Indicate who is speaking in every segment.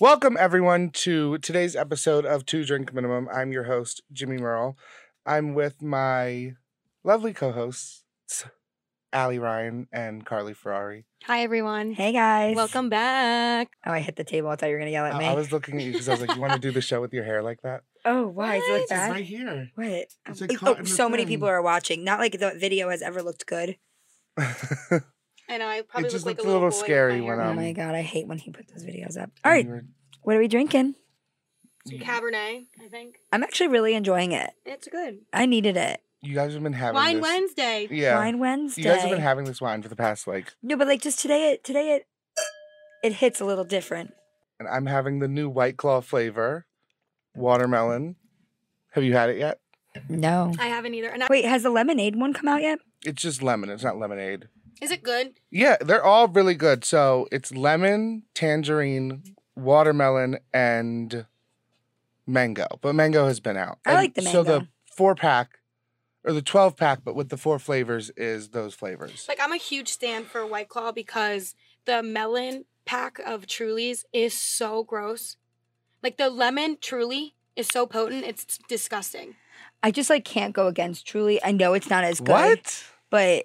Speaker 1: Welcome, everyone, to today's episode of Two Drink Minimum. I'm your host, Jimmy Merle. I'm with my lovely co hosts, Allie Ryan and Carly Ferrari.
Speaker 2: Hi, everyone.
Speaker 3: Hey guys.
Speaker 2: Welcome back.
Speaker 3: Oh, I hit the table. I thought you were gonna yell at
Speaker 1: I-
Speaker 3: me.
Speaker 1: I was looking at you because I was like, you want to do the show with your hair like that?
Speaker 3: oh, why? Does it
Speaker 2: What?
Speaker 3: look
Speaker 2: It's
Speaker 3: bad?
Speaker 1: right here.
Speaker 3: What?
Speaker 1: It's a
Speaker 3: Oh,
Speaker 1: cotton
Speaker 3: so many
Speaker 1: thing.
Speaker 3: people are watching. Not like the video has ever looked good.
Speaker 2: I know I probably
Speaker 1: just
Speaker 2: look like
Speaker 1: looked
Speaker 2: a
Speaker 1: a
Speaker 2: little,
Speaker 1: little
Speaker 2: boy with
Speaker 1: scary
Speaker 2: my
Speaker 1: when
Speaker 2: hair.
Speaker 3: oh
Speaker 1: Um,
Speaker 3: my god, I hate when he put those videos up.
Speaker 1: And
Speaker 3: All right,
Speaker 1: you were-
Speaker 3: what are we drinking?
Speaker 2: Cabernet, I think
Speaker 3: I'm actually really enjoying it.
Speaker 2: it's good.
Speaker 3: I needed it.
Speaker 1: You guys have been having
Speaker 2: Wine
Speaker 1: this.
Speaker 2: Wednesday.
Speaker 1: Yeah.
Speaker 3: Wine Wednesday.
Speaker 1: You guys have been having this wine for the past like,
Speaker 3: no, but like just today, it today it it hits a little different.
Speaker 1: and I'm having the new White Claw flavor, watermelon. Have you had it yet?
Speaker 3: No.
Speaker 2: I haven't either. And I,
Speaker 3: Wait, has the lemonade one come out yet?
Speaker 1: It's just lemon. It's not lemonade.
Speaker 2: is it good?
Speaker 1: Yeah, they're all really good. So it's lemon, tangerine, watermelon, and mango. But mango has been out.
Speaker 3: I
Speaker 1: And
Speaker 3: like the
Speaker 1: So the
Speaker 3: mango.
Speaker 1: four pack or the 12 pack, but with the four flavors, is those flavors.
Speaker 2: Like I'm a huge stand for White Claw because the melon pack of Trulies is so gross. Like the lemon Truly is so potent, it's disgusting.
Speaker 3: I just like can't go against Truly. I know it's not as good,
Speaker 1: what?
Speaker 3: but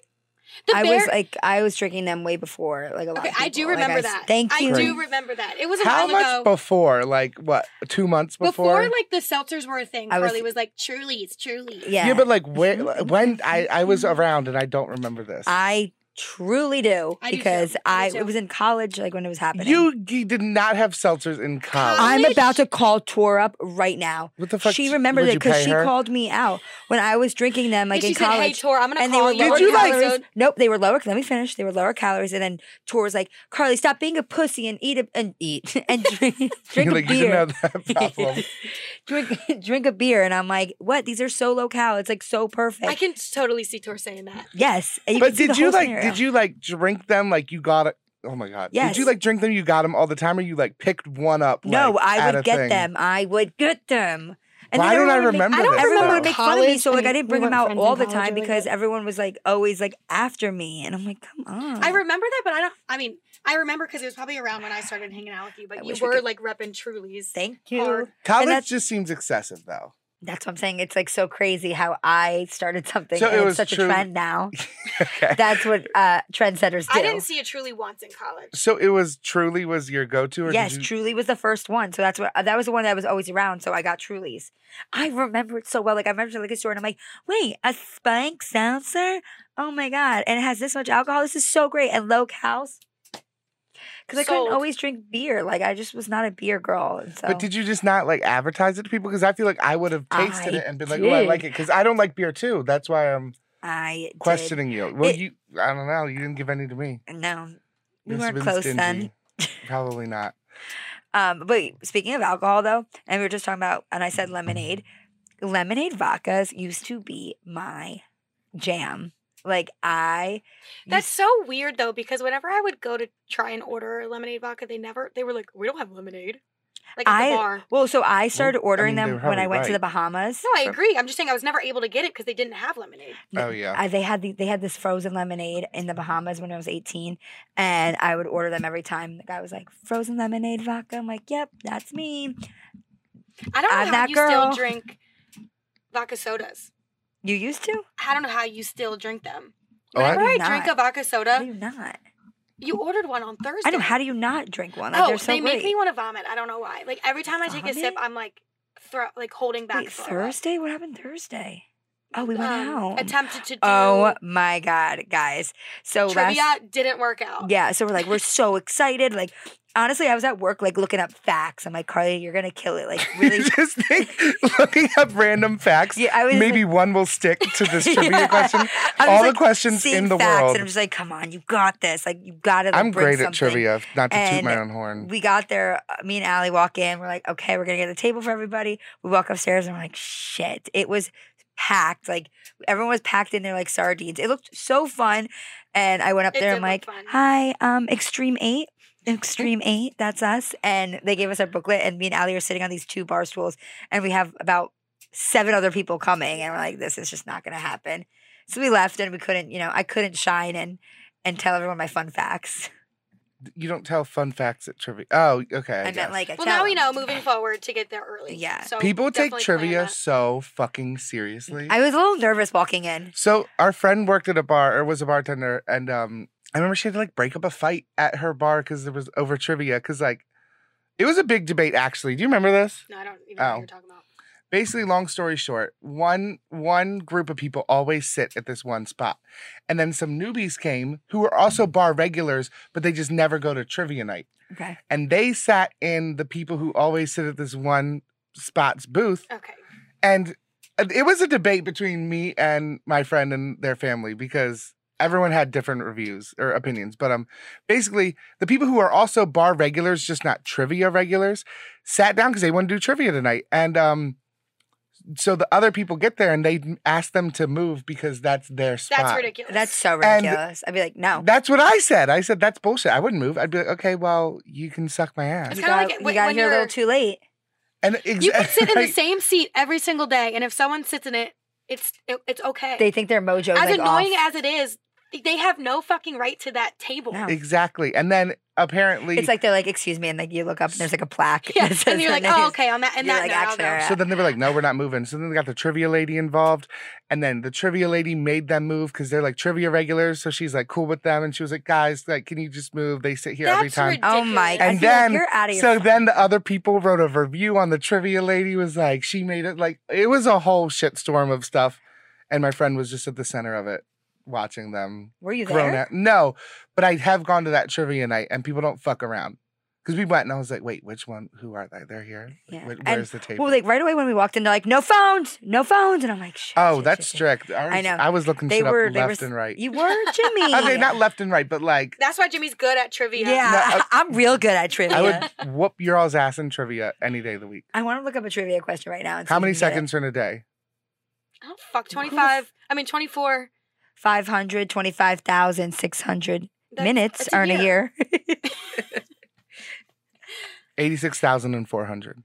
Speaker 2: The
Speaker 3: I
Speaker 2: bear-
Speaker 3: was like I was drinking them way before like a lot.
Speaker 2: okay,
Speaker 3: of
Speaker 2: I do
Speaker 3: people. Like,
Speaker 2: remember
Speaker 3: s-
Speaker 2: that.
Speaker 3: Thank you.
Speaker 2: I
Speaker 1: Great.
Speaker 2: do remember that. It was a
Speaker 1: How
Speaker 2: while
Speaker 1: much
Speaker 2: ago.
Speaker 1: before? Like what? Two months
Speaker 2: Before,
Speaker 1: before?
Speaker 2: like the seltzers were a thing,
Speaker 3: I was-
Speaker 2: Carly was like, Trulies, Trulies.
Speaker 3: Yeah.
Speaker 1: but like where, when I, I was around and I don't remember this.
Speaker 3: I truly do
Speaker 2: I do too.
Speaker 3: because
Speaker 2: I
Speaker 3: I
Speaker 2: do too.
Speaker 3: it was in college like when it was happening.
Speaker 1: you, you did not have seltzers in college.
Speaker 3: I'm
Speaker 2: College?
Speaker 3: about to call Tor up right now.
Speaker 1: what the fuck?
Speaker 3: she remembered
Speaker 1: would
Speaker 3: it
Speaker 1: you
Speaker 3: because
Speaker 1: pay
Speaker 3: she
Speaker 1: her?
Speaker 3: called me out when I was drinking them like
Speaker 2: she
Speaker 3: in
Speaker 2: said, "Hey,
Speaker 3: college.
Speaker 2: Tor, I'm gonna
Speaker 3: and they
Speaker 2: call
Speaker 3: were
Speaker 2: you."
Speaker 1: Did
Speaker 3: lower
Speaker 1: you, like-
Speaker 3: calories. nope, they were lower. Let me finish. They were lower calories, and then Tor was like, "Carly, stop being a pussy and eat a, and eat and drink drink
Speaker 1: You're
Speaker 3: a
Speaker 1: like, You
Speaker 3: beer."
Speaker 1: didn't have that problem.
Speaker 3: drink drink a beer and I'm like, what? These are so low cal. It's like so perfect.
Speaker 2: I can totally see Tor saying that.
Speaker 3: yes. And you
Speaker 1: but
Speaker 3: can see
Speaker 1: did
Speaker 3: the
Speaker 1: you
Speaker 3: whole
Speaker 1: like
Speaker 3: scenario.
Speaker 1: did you like drink them like you got it oh my god did you
Speaker 3: Yes.
Speaker 1: like drink them you got them all the time or you like picked one up
Speaker 3: No,
Speaker 1: like,
Speaker 3: I
Speaker 1: at
Speaker 3: would
Speaker 1: a
Speaker 3: get
Speaker 1: thing?
Speaker 3: them. I would get them.
Speaker 1: Why
Speaker 3: then
Speaker 1: don't I
Speaker 3: everyone would make-
Speaker 1: remember
Speaker 3: I don't
Speaker 1: this,
Speaker 3: Everyone
Speaker 1: though?
Speaker 3: would make fun of me,
Speaker 2: College,
Speaker 3: so
Speaker 2: I
Speaker 3: like I
Speaker 2: mean,
Speaker 3: didn't
Speaker 2: we
Speaker 3: bring them
Speaker 2: weren't
Speaker 3: out
Speaker 2: friends
Speaker 3: all
Speaker 2: in
Speaker 3: the
Speaker 2: college
Speaker 3: time
Speaker 2: or
Speaker 3: because
Speaker 2: anything.
Speaker 3: everyone was like always like after me, and I'm like, come on.
Speaker 2: I remember that, but I don't. I mean, I remember because it was probably around when I started hanging out with you. But
Speaker 3: I
Speaker 2: you
Speaker 3: wish we
Speaker 2: were
Speaker 3: could-
Speaker 2: like repping Trulies.
Speaker 3: Thank you.
Speaker 2: Hard.
Speaker 3: And
Speaker 1: college
Speaker 3: that's-
Speaker 1: just seems excessive though
Speaker 3: That's what I'm saying. It's like so crazy how I started something.
Speaker 1: So it
Speaker 3: and it's
Speaker 1: was
Speaker 3: such
Speaker 1: true-
Speaker 3: a trend now.
Speaker 1: okay
Speaker 3: That's what uh, trendsetters do.
Speaker 2: I didn't see a Truly once in college.
Speaker 1: so it was truly was your go-to or
Speaker 3: Yes,
Speaker 1: did you,
Speaker 3: Truly was the first one. So that's what uh, that was the one that was always around. So I got Truly's. I remember it so well. Like I remember the liquor store, and I'm like, wait, a Spank seltzer? Oh my god! And it has this much alcohol. This is so great and low cals. Because I
Speaker 2: Sold.
Speaker 3: couldn't always drink beer. Like I just was not a beer girl. And so
Speaker 1: but did you just not like advertise it to people because i feel like i would have tasted
Speaker 3: I
Speaker 1: it and been like oh i like
Speaker 3: did.
Speaker 1: it because i don't like beer too that's why i'm
Speaker 3: I did-
Speaker 1: questioning you well
Speaker 3: It-
Speaker 1: you i don't know you didn't give any to me
Speaker 3: No, we
Speaker 1: Must've
Speaker 3: weren't
Speaker 1: been
Speaker 3: close then.
Speaker 1: stingy. probably not
Speaker 3: Um, but speaking of alcohol, though, and we were just talking about, and I said lemonade. Lemonade vodkas used to be my jam. Like I, used
Speaker 2: That's so weird though, because whenever I would go to try and order a lemonade vodka, they never. They were like, "We don't have lemonade." Like at the
Speaker 3: I-
Speaker 2: bar.
Speaker 3: Well, so I started
Speaker 1: I mean,
Speaker 3: ordering
Speaker 1: they were
Speaker 3: them when I
Speaker 1: probably
Speaker 3: went to
Speaker 1: right.
Speaker 3: the Bahamas.
Speaker 2: No, I agree. I'm just saying I was never able to get it because they didn't have lemonade.
Speaker 1: oh yeah
Speaker 3: I, they had the, they had this frozen lemonade in the Bahamas when I was 18, and I would order them every time. The guy was like, "Frozen lemonade vodka." I'm like, "Yep, that's me."
Speaker 2: I don't know
Speaker 3: I'm
Speaker 2: how
Speaker 3: that
Speaker 2: you
Speaker 3: girl.
Speaker 2: still drink vodka sodas.
Speaker 3: You used to?
Speaker 2: I don't know how you still drink them.
Speaker 1: Oh, I-
Speaker 2: Whenever I,
Speaker 3: Not.
Speaker 2: drink a vodka
Speaker 3: How
Speaker 2: soda,
Speaker 3: do you not?
Speaker 2: you ordered one on Thursday.
Speaker 3: I know. How do you not drink one? Like,
Speaker 2: oh,
Speaker 3: they're so
Speaker 2: they
Speaker 3: great.
Speaker 2: make me want to vomit. I don't know why. Like every time I take a sip,
Speaker 3: Vomit?
Speaker 2: I'm like, throw, like holding back.
Speaker 3: Wait,
Speaker 2: throw up.
Speaker 3: Thursday? What happened Thursday? Oh, we went
Speaker 2: Um,
Speaker 3: out.
Speaker 2: Attempted to do
Speaker 3: oh my god, guys! So
Speaker 2: trivia
Speaker 3: last
Speaker 2: didn't work out.
Speaker 3: Yeah. So we're like, we're so excited. Like, honestly, I was at work, like, looking up facts. I'm like, Carly, you're going to kill it. Like, really?
Speaker 1: you just think looking up random facts
Speaker 3: yeah. I was like-
Speaker 1: Maybe one will stick to this trivia
Speaker 3: Yeah.
Speaker 1: question.
Speaker 3: I was
Speaker 1: All
Speaker 3: like,
Speaker 1: the questions
Speaker 3: seeing
Speaker 1: in the
Speaker 3: facts,
Speaker 1: world.
Speaker 3: And I'm just like, come on, you got this. Like, you got to. Like,
Speaker 1: I'm
Speaker 3: bring
Speaker 1: great at
Speaker 3: something.
Speaker 1: trivia, not to toot
Speaker 3: And
Speaker 1: my own
Speaker 2: Mm.
Speaker 1: horn.
Speaker 3: We got there. uh, Me and Allie walk in. We're like, okay, we're gonna get a table for everybody. We walk upstairs and we're like, shit, it was packed. Like everyone was packed in there like sardines. It looked so fun. And I went up
Speaker 2: It
Speaker 3: there.
Speaker 2: did
Speaker 3: I'm
Speaker 2: look
Speaker 3: like,
Speaker 2: fun.
Speaker 3: hi, um, Extreme Eight. Extreme Eight, that's us. And they gave us our booklet, and me and Allie are sitting on these two bar stools, and we have about seven other people coming, and we're like, this is just not gonna happen. So we left, and we couldn't, you know, I couldn't shine and and tell everyone my fun facts.
Speaker 1: You don't tell fun facts at trivia. Oh, okay. I
Speaker 3: I, meant
Speaker 1: guess.
Speaker 3: like oh, a
Speaker 2: Well, now we know
Speaker 3: challenge.
Speaker 2: moving forward to get there early.
Speaker 3: Yeah.
Speaker 2: So
Speaker 1: people take
Speaker 2: definitely plan
Speaker 1: trivia
Speaker 2: that.
Speaker 1: so fucking seriously.
Speaker 3: I was a little nervous walking in.
Speaker 1: So our friend worked at a bar or was a bartender, and um, I remember she had to like break up a fight at her bar because there was over trivia. Because like, it was a big debate actually. Do you remember this?
Speaker 2: No, I don't even know
Speaker 1: Oh.
Speaker 2: what you're talking about.
Speaker 1: Basically, long story short, one one group of people always sit at this one spot, and then some newbies came who were also bar regulars, but they just never go to trivia night,
Speaker 3: Okay.
Speaker 1: and they sat in the people who always sit at this one spot's booth,
Speaker 2: Okay.
Speaker 1: and uh, it was a debate between me and my friend and their family because everyone had different reviews or opinions but um basically the people who are also bar regulars just not trivia regulars sat down because they want to do trivia tonight and um so the other people get there and they ask them to move because that's their spot
Speaker 2: That's ridiculous.
Speaker 3: That's so
Speaker 1: And-
Speaker 3: ridiculous. I'd be like, no.
Speaker 1: that's what i said i said that's bullshit i wouldn't move i'd be like okay well you can suck my ass
Speaker 2: It's
Speaker 3: You
Speaker 2: kinda
Speaker 3: got,
Speaker 2: like it-
Speaker 3: you
Speaker 2: when-
Speaker 3: got
Speaker 2: when
Speaker 3: here a little
Speaker 2: you're-
Speaker 3: too late.
Speaker 1: and
Speaker 2: you can sit in the
Speaker 1: exactly-
Speaker 2: same seat every single day, and if someone sits in it, it's it, it's okay.
Speaker 3: They think their mojo
Speaker 2: as
Speaker 3: like
Speaker 2: annoying
Speaker 3: off.
Speaker 2: as it is, they have no fucking right to that table.
Speaker 3: No.
Speaker 1: exactly and then apparently
Speaker 3: It's like they're like, excuse me, and like you look up and there's like a plaque.
Speaker 2: Yeah,
Speaker 3: that says
Speaker 2: and you're
Speaker 3: their
Speaker 2: like,
Speaker 3: name.
Speaker 2: oh, okay, on that, and
Speaker 3: You're
Speaker 2: that
Speaker 3: like,
Speaker 2: note, I'll
Speaker 3: actually,
Speaker 2: go.
Speaker 3: all right.
Speaker 1: So then they were like, no, we're not moving. So then they got the trivia lady involved. And then the trivia lady made them move because they're like trivia regulars. So she's like cool with them. And she was like, guys, like, can you just move? They sit here every
Speaker 2: That's
Speaker 1: time.
Speaker 3: Oh
Speaker 2: ridiculous.
Speaker 3: my!
Speaker 1: And
Speaker 3: I feel like
Speaker 1: then-
Speaker 3: you're out of your.
Speaker 1: So
Speaker 3: mind.
Speaker 1: then the other people wrote a review on the trivia lady was like, she made it like it was a whole shitstorm of stuff. And my friend was just at the center of it watching them
Speaker 3: were you
Speaker 1: grown
Speaker 3: there?
Speaker 1: out. No, but I have gone to that trivia night and people don't fuck around. Because we went and I was like, wait, which one? Who are they? They're here.
Speaker 3: Yeah.
Speaker 1: Where-
Speaker 3: And-
Speaker 1: Where's the table?
Speaker 3: Well, like right away when we walked in, they're like, no phones, no phones, and I'm like, shit,
Speaker 1: Oh,
Speaker 3: shit,
Speaker 1: that's
Speaker 3: shit, shit.
Speaker 1: strict. I, was,
Speaker 3: know.
Speaker 1: I was looking
Speaker 3: They
Speaker 1: shit
Speaker 3: were-
Speaker 1: up
Speaker 3: they were
Speaker 1: left and right.
Speaker 3: You were Jimmy.
Speaker 1: okay, not left and right, but like
Speaker 2: That's why Jimmy's good at trivia.
Speaker 3: Yeah,
Speaker 1: No, uh,
Speaker 3: I, am real good at trivia.
Speaker 1: I
Speaker 3: I,
Speaker 1: would whoop your all's ass in trivia any day of the week.
Speaker 3: want to look up a trivia question right now. and see
Speaker 1: How
Speaker 3: if we
Speaker 1: many
Speaker 3: can get it.
Speaker 1: seconds are in a day?
Speaker 2: Oh, fuck, 25. I mean, 24.
Speaker 3: 525,600
Speaker 2: That's-
Speaker 3: minutes
Speaker 2: that's
Speaker 3: are in a year.
Speaker 1: Eighty-six thousand and four hundred.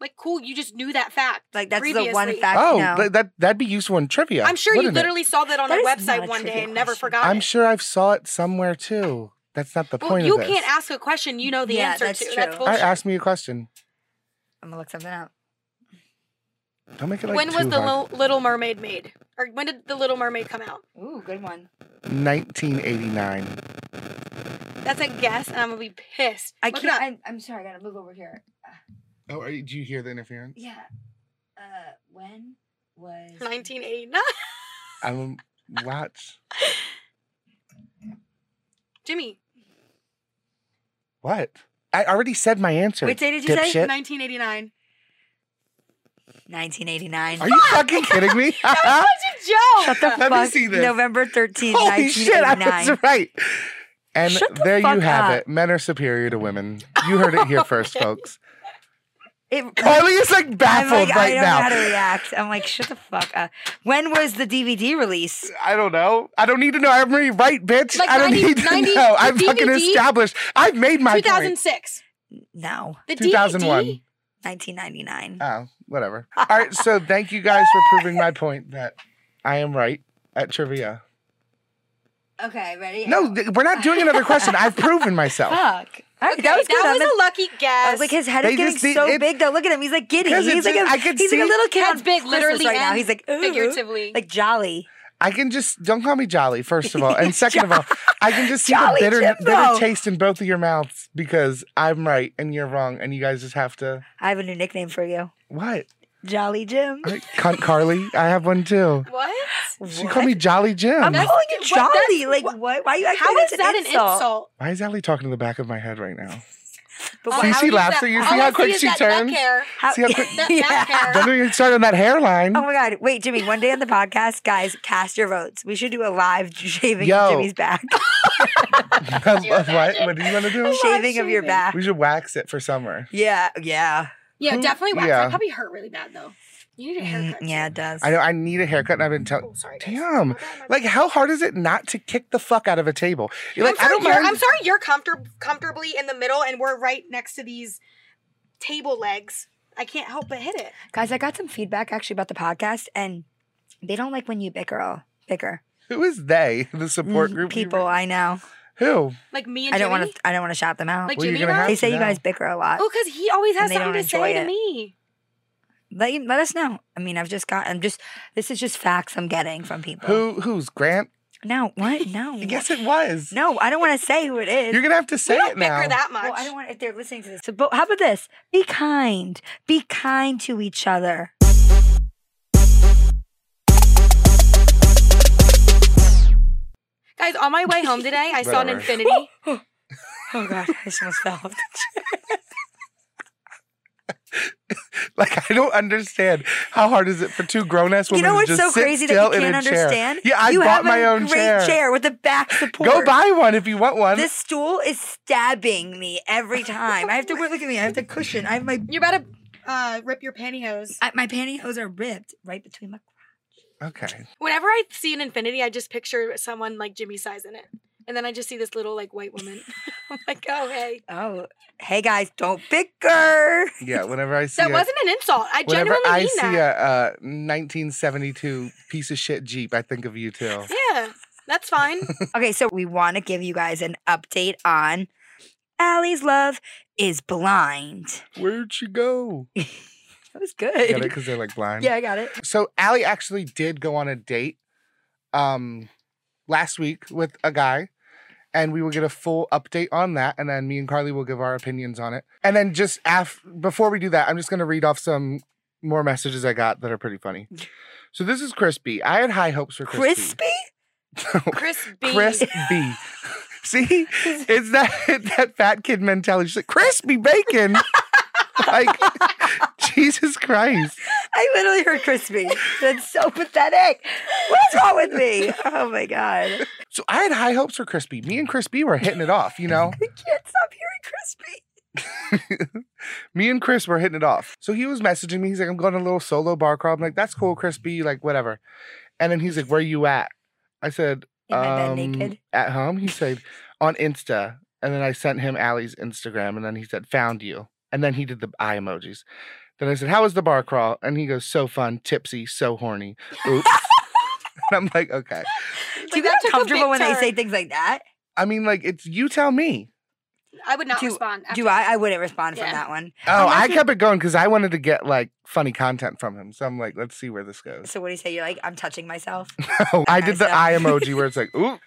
Speaker 2: Like, cool, you just knew that fact.
Speaker 3: Like, that's the one
Speaker 2: previously.
Speaker 3: fact.
Speaker 1: Oh,
Speaker 3: no.
Speaker 1: th- that that'd be useful in trivia.
Speaker 2: I'm sure you
Speaker 1: wouldn't it?
Speaker 2: literally saw that on
Speaker 3: That
Speaker 2: a
Speaker 3: is
Speaker 2: website
Speaker 3: not a
Speaker 2: one day
Speaker 3: trivia
Speaker 2: and never
Speaker 3: question.
Speaker 2: forgot
Speaker 1: I'm
Speaker 2: it.
Speaker 1: sure I've saw it somewhere too. That's not the
Speaker 2: Well,
Speaker 1: point
Speaker 2: you
Speaker 1: of this.
Speaker 2: can't ask a question you know the
Speaker 3: Yeah,
Speaker 2: answer
Speaker 3: that's
Speaker 2: to.
Speaker 3: true.
Speaker 2: That's
Speaker 1: All right,
Speaker 2: bullshit.
Speaker 1: ask me a question.
Speaker 3: I'm going to look something up.
Speaker 1: Don't make it like
Speaker 2: when was
Speaker 1: too
Speaker 2: the
Speaker 1: hard.
Speaker 2: Lil- Little Mermaid made? Or when did the Little Mermaid come out?
Speaker 3: Ooh, good one.
Speaker 1: 1989.
Speaker 2: That's a guess, and I'm gonna be pissed.
Speaker 3: I
Speaker 2: Look it
Speaker 3: can't.
Speaker 2: up.
Speaker 3: I'm, I'm sorry. I got to move over here.
Speaker 1: Oh, are you, do you hear the interference?
Speaker 3: Yeah. Uh, when was.
Speaker 2: 1989.
Speaker 1: I'm watch.
Speaker 2: Jimmy,
Speaker 1: What? I already said my answer.
Speaker 3: Which day did you say?
Speaker 1: dipshit.
Speaker 2: 1989.
Speaker 3: 1989.
Speaker 1: Are you fucking kidding me?
Speaker 2: Such a joke.
Speaker 3: Shut the
Speaker 1: Let
Speaker 3: fuck
Speaker 1: me see this.
Speaker 3: November 13th,
Speaker 1: Holy shit, I
Speaker 3: 1989.
Speaker 1: was right. And
Speaker 3: Shut the
Speaker 1: there you
Speaker 3: fuck
Speaker 1: have
Speaker 3: up.
Speaker 1: it. Men are superior to women. You heard it here first, folks.
Speaker 3: It-
Speaker 1: Carly is like
Speaker 3: I'm
Speaker 1: baffled
Speaker 3: like, I
Speaker 1: right
Speaker 3: don't know
Speaker 1: now.
Speaker 3: how to react. I'm like, shut the fuck up. When was the DVD release?
Speaker 1: I don't know. I don't need to know. I'm already right, bitch.
Speaker 2: Like
Speaker 1: I don't
Speaker 2: 90
Speaker 1: need to
Speaker 2: 90
Speaker 1: know.
Speaker 2: the
Speaker 1: I'm fucking
Speaker 2: DVD?
Speaker 1: established. I've made my point.
Speaker 2: 2006.
Speaker 3: No,
Speaker 2: The
Speaker 1: 2001.
Speaker 2: 2001.
Speaker 3: 1999.
Speaker 1: Oh, whatever. All right. So thank you guys for proving my point that I am right at trivia.
Speaker 2: Uh,
Speaker 3: Okay, ready?
Speaker 1: No,
Speaker 2: Oh.
Speaker 1: th- we're not doing another question. I've proven myself.
Speaker 3: Fuck. All right,
Speaker 2: Okay,
Speaker 3: that was good. I'm
Speaker 2: a lucky
Speaker 3: I
Speaker 2: guess.
Speaker 3: was like, his head
Speaker 1: They
Speaker 3: is getting
Speaker 1: just need-
Speaker 3: so
Speaker 1: it-
Speaker 3: big though. Look at him. He's like giddy.
Speaker 1: 'Cause
Speaker 3: He's
Speaker 1: it's
Speaker 3: like a,
Speaker 1: just- I could
Speaker 3: he's like a
Speaker 1: see-
Speaker 3: little kid.
Speaker 2: Head's
Speaker 3: on
Speaker 2: big,
Speaker 3: Christmas
Speaker 2: literally
Speaker 3: right now.
Speaker 2: and
Speaker 3: He's like "Ooh,"
Speaker 2: figuratively.
Speaker 3: like jolly.
Speaker 1: I can just don't call me jolly, first of all, and second of all, I can just see the
Speaker 3: Jolly
Speaker 1: bitter, bitter
Speaker 3: Jimbo.
Speaker 1: taste in both of your mouths because I'm right and you're wrong, and you guys just have to
Speaker 3: I have a new nickname for you,
Speaker 1: what?
Speaker 3: Jolly Jim.
Speaker 1: All right, Cunt Carly, I have one too.
Speaker 2: what?
Speaker 1: She
Speaker 3: What?
Speaker 1: called me Jolly Jim.
Speaker 3: I'm
Speaker 2: That's-
Speaker 3: calling you
Speaker 2: what- that's-
Speaker 3: Jolly. Like what? Why are you acting
Speaker 2: How
Speaker 3: like
Speaker 2: is
Speaker 3: that's
Speaker 2: that an insult?
Speaker 1: Why is Allie talking to the back of my head right now?
Speaker 3: But
Speaker 2: All
Speaker 1: See,
Speaker 2: I
Speaker 1: she
Speaker 2: see is
Speaker 1: laughs
Speaker 2: that-
Speaker 1: at you. See
Speaker 2: all I
Speaker 1: how quick
Speaker 2: is
Speaker 1: she
Speaker 2: that neck
Speaker 1: turns?
Speaker 2: hair.
Speaker 3: how-
Speaker 1: See how quick-
Speaker 2: That
Speaker 3: Yeah.
Speaker 2: back hair.
Speaker 1: Don't even start on that hairline.
Speaker 3: Oh my God. Wait, Jimmy, one day on the podcast, guys, cast your votes. We should do a live shaving
Speaker 1: Yo.
Speaker 3: of Jimmy's back.
Speaker 1: what? What do you want to do?
Speaker 3: shaving of your
Speaker 2: shaving.
Speaker 3: back.
Speaker 1: We should wax it for summer.
Speaker 3: Yeah, yeah.
Speaker 2: Yeah,
Speaker 1: Who-
Speaker 2: definitely wax.
Speaker 1: yeah.
Speaker 2: That probably hurt really bad though. You need a haircut.
Speaker 3: Mm, yeah,
Speaker 2: too.
Speaker 3: it does.
Speaker 1: I know. I need a haircut, and I've been telling.
Speaker 2: Oh, sorry. guys.
Speaker 1: Damn.
Speaker 2: My bad, my bad.
Speaker 1: Like, how hard is it not to kick the fuck out of a table? You're
Speaker 2: I'm
Speaker 1: like, I
Speaker 2: sorry,
Speaker 1: don't
Speaker 2: you're,
Speaker 1: mind.
Speaker 2: I'm sorry you're comfort- comfortably in the middle and we're right next to these table legs. I can't help but hit it.
Speaker 3: Guys, I got some feedback actually about the podcast, and they don't like when you bicker. All bicker
Speaker 1: Who is they? The support
Speaker 3: Mm,
Speaker 1: group you
Speaker 3: people. I know.
Speaker 1: Who?
Speaker 2: Like me and
Speaker 3: I don't
Speaker 2: Jimmy.
Speaker 3: want to. I don't want to shout them out.
Speaker 2: Like
Speaker 1: Well, you're
Speaker 2: Jimmy
Speaker 1: gonna
Speaker 2: and I?
Speaker 1: have
Speaker 3: they say you
Speaker 1: now.
Speaker 3: guys bicker a lot.
Speaker 2: Oh, because he always has
Speaker 3: And they don't
Speaker 2: something to say
Speaker 3: enjoy
Speaker 2: to
Speaker 3: it.
Speaker 2: me.
Speaker 3: Let you, let us know. I mean, I've just got. I'm just. This is just facts I'm getting from people.
Speaker 1: Who? Who's Grant?
Speaker 3: No. What? No.
Speaker 1: Yes, it was.
Speaker 3: No. I don't want to say who it is.
Speaker 1: You're gonna have to say
Speaker 2: we don't
Speaker 1: it now.
Speaker 2: bicker that much.
Speaker 3: Well, I don't want if they're listening to this. So, but how about this? Be kind. Be kind to each other.
Speaker 2: Guys, on my way home today, I saw an
Speaker 1: Whatever.
Speaker 2: infinity.
Speaker 3: Oh God, I just almost fell off. the chair.
Speaker 1: Like I don't understand. How hard is it for two grown ass
Speaker 3: You
Speaker 1: women
Speaker 3: know
Speaker 1: to
Speaker 3: what's
Speaker 1: just
Speaker 3: so
Speaker 1: sit
Speaker 3: crazy
Speaker 1: still
Speaker 3: that you
Speaker 1: in
Speaker 3: can't
Speaker 1: a chair?
Speaker 3: understand?
Speaker 1: Yeah, I
Speaker 3: you
Speaker 1: bought
Speaker 3: have
Speaker 1: my
Speaker 3: a
Speaker 1: own
Speaker 3: great
Speaker 1: chair.
Speaker 3: with a back support.
Speaker 1: Go buy one if you want one.
Speaker 3: This stool is stabbing me every time. I have to look at me. I have the cushion. I have my
Speaker 2: You're about to uh, rip your pantyhose.
Speaker 3: I, my pantyhose are ripped right between my.
Speaker 1: okay.
Speaker 2: Whenever I see an infinity, I just picture someone like Jimmy size in it. And then I just see this little like white woman. I'm like, oh hey.
Speaker 3: Oh, hey guys, don't bicker.
Speaker 1: Yeah. Whenever I see
Speaker 2: That
Speaker 1: a,
Speaker 2: wasn't an insult. I
Speaker 1: whenever
Speaker 2: genuinely
Speaker 1: I
Speaker 2: mean
Speaker 1: see
Speaker 2: that.
Speaker 1: a uh, 1972 piece of shit Jeep, I think of you too.
Speaker 2: yeah. That's fine.
Speaker 3: Okay, so we want to give you guys an update on Allie's love is blind.
Speaker 1: Where'd she go?
Speaker 3: That was
Speaker 1: Get it?
Speaker 3: good.
Speaker 1: Because they're like blind.
Speaker 3: Yeah, I got it.
Speaker 1: So Allie actually did go on a date um last week with a guy. And we will get a full update on that. And then me and Carly will give our opinions on it. And then just af- before we do that, I'm just gonna read off some more messages I got that are pretty funny. So this is Crispy. I had high hopes for Crispy.
Speaker 3: Crispy?
Speaker 2: Chris B.
Speaker 1: Crispy. See? It's that that fat kid mentality. She's like, crispy bacon. like Jesus Christ.
Speaker 3: I literally heard crispy. That's so pathetic. What's wrong with me? Oh my god.
Speaker 1: So I had high hopes for Crispy. Me and Crispy were hitting it off, you know?
Speaker 3: I can't stop hearing crispy.
Speaker 1: me and Chris were hitting it off. So he was messaging me. He's like, I'm going to a little solo bar crawl. I'm like, that's cool, Crispy, like whatever. And then he's like, Where you at? I said,
Speaker 3: In my bed
Speaker 1: "Um,
Speaker 3: naked.
Speaker 1: At home. He said, On Insta. And then I sent him Allie's Instagram. And then he said, Found you. And then he did the eye emojis. Then I said, How was the bar crawl? And he goes, So fun, tipsy, so horny. Oops. and I'm like, Okay.
Speaker 3: Do
Speaker 2: that
Speaker 3: you get
Speaker 2: took a
Speaker 3: uncomfortable
Speaker 2: big
Speaker 3: when they
Speaker 2: turn.
Speaker 3: say things like that?
Speaker 1: I mean, like, it's you tell me.
Speaker 2: I would not
Speaker 3: Do-
Speaker 2: respond. after
Speaker 3: Do
Speaker 2: that.
Speaker 3: I? I wouldn't respond from
Speaker 2: Yeah.
Speaker 3: that one.
Speaker 1: Oh, I
Speaker 3: Unless you-
Speaker 1: kept it going because I wanted to get like funny content from him. So I'm like, let's see where this goes.
Speaker 3: So what do you say? You're like, I'm touching myself.
Speaker 1: Oh, I did the
Speaker 3: Nice.
Speaker 1: eye emoji where it's like, ooh.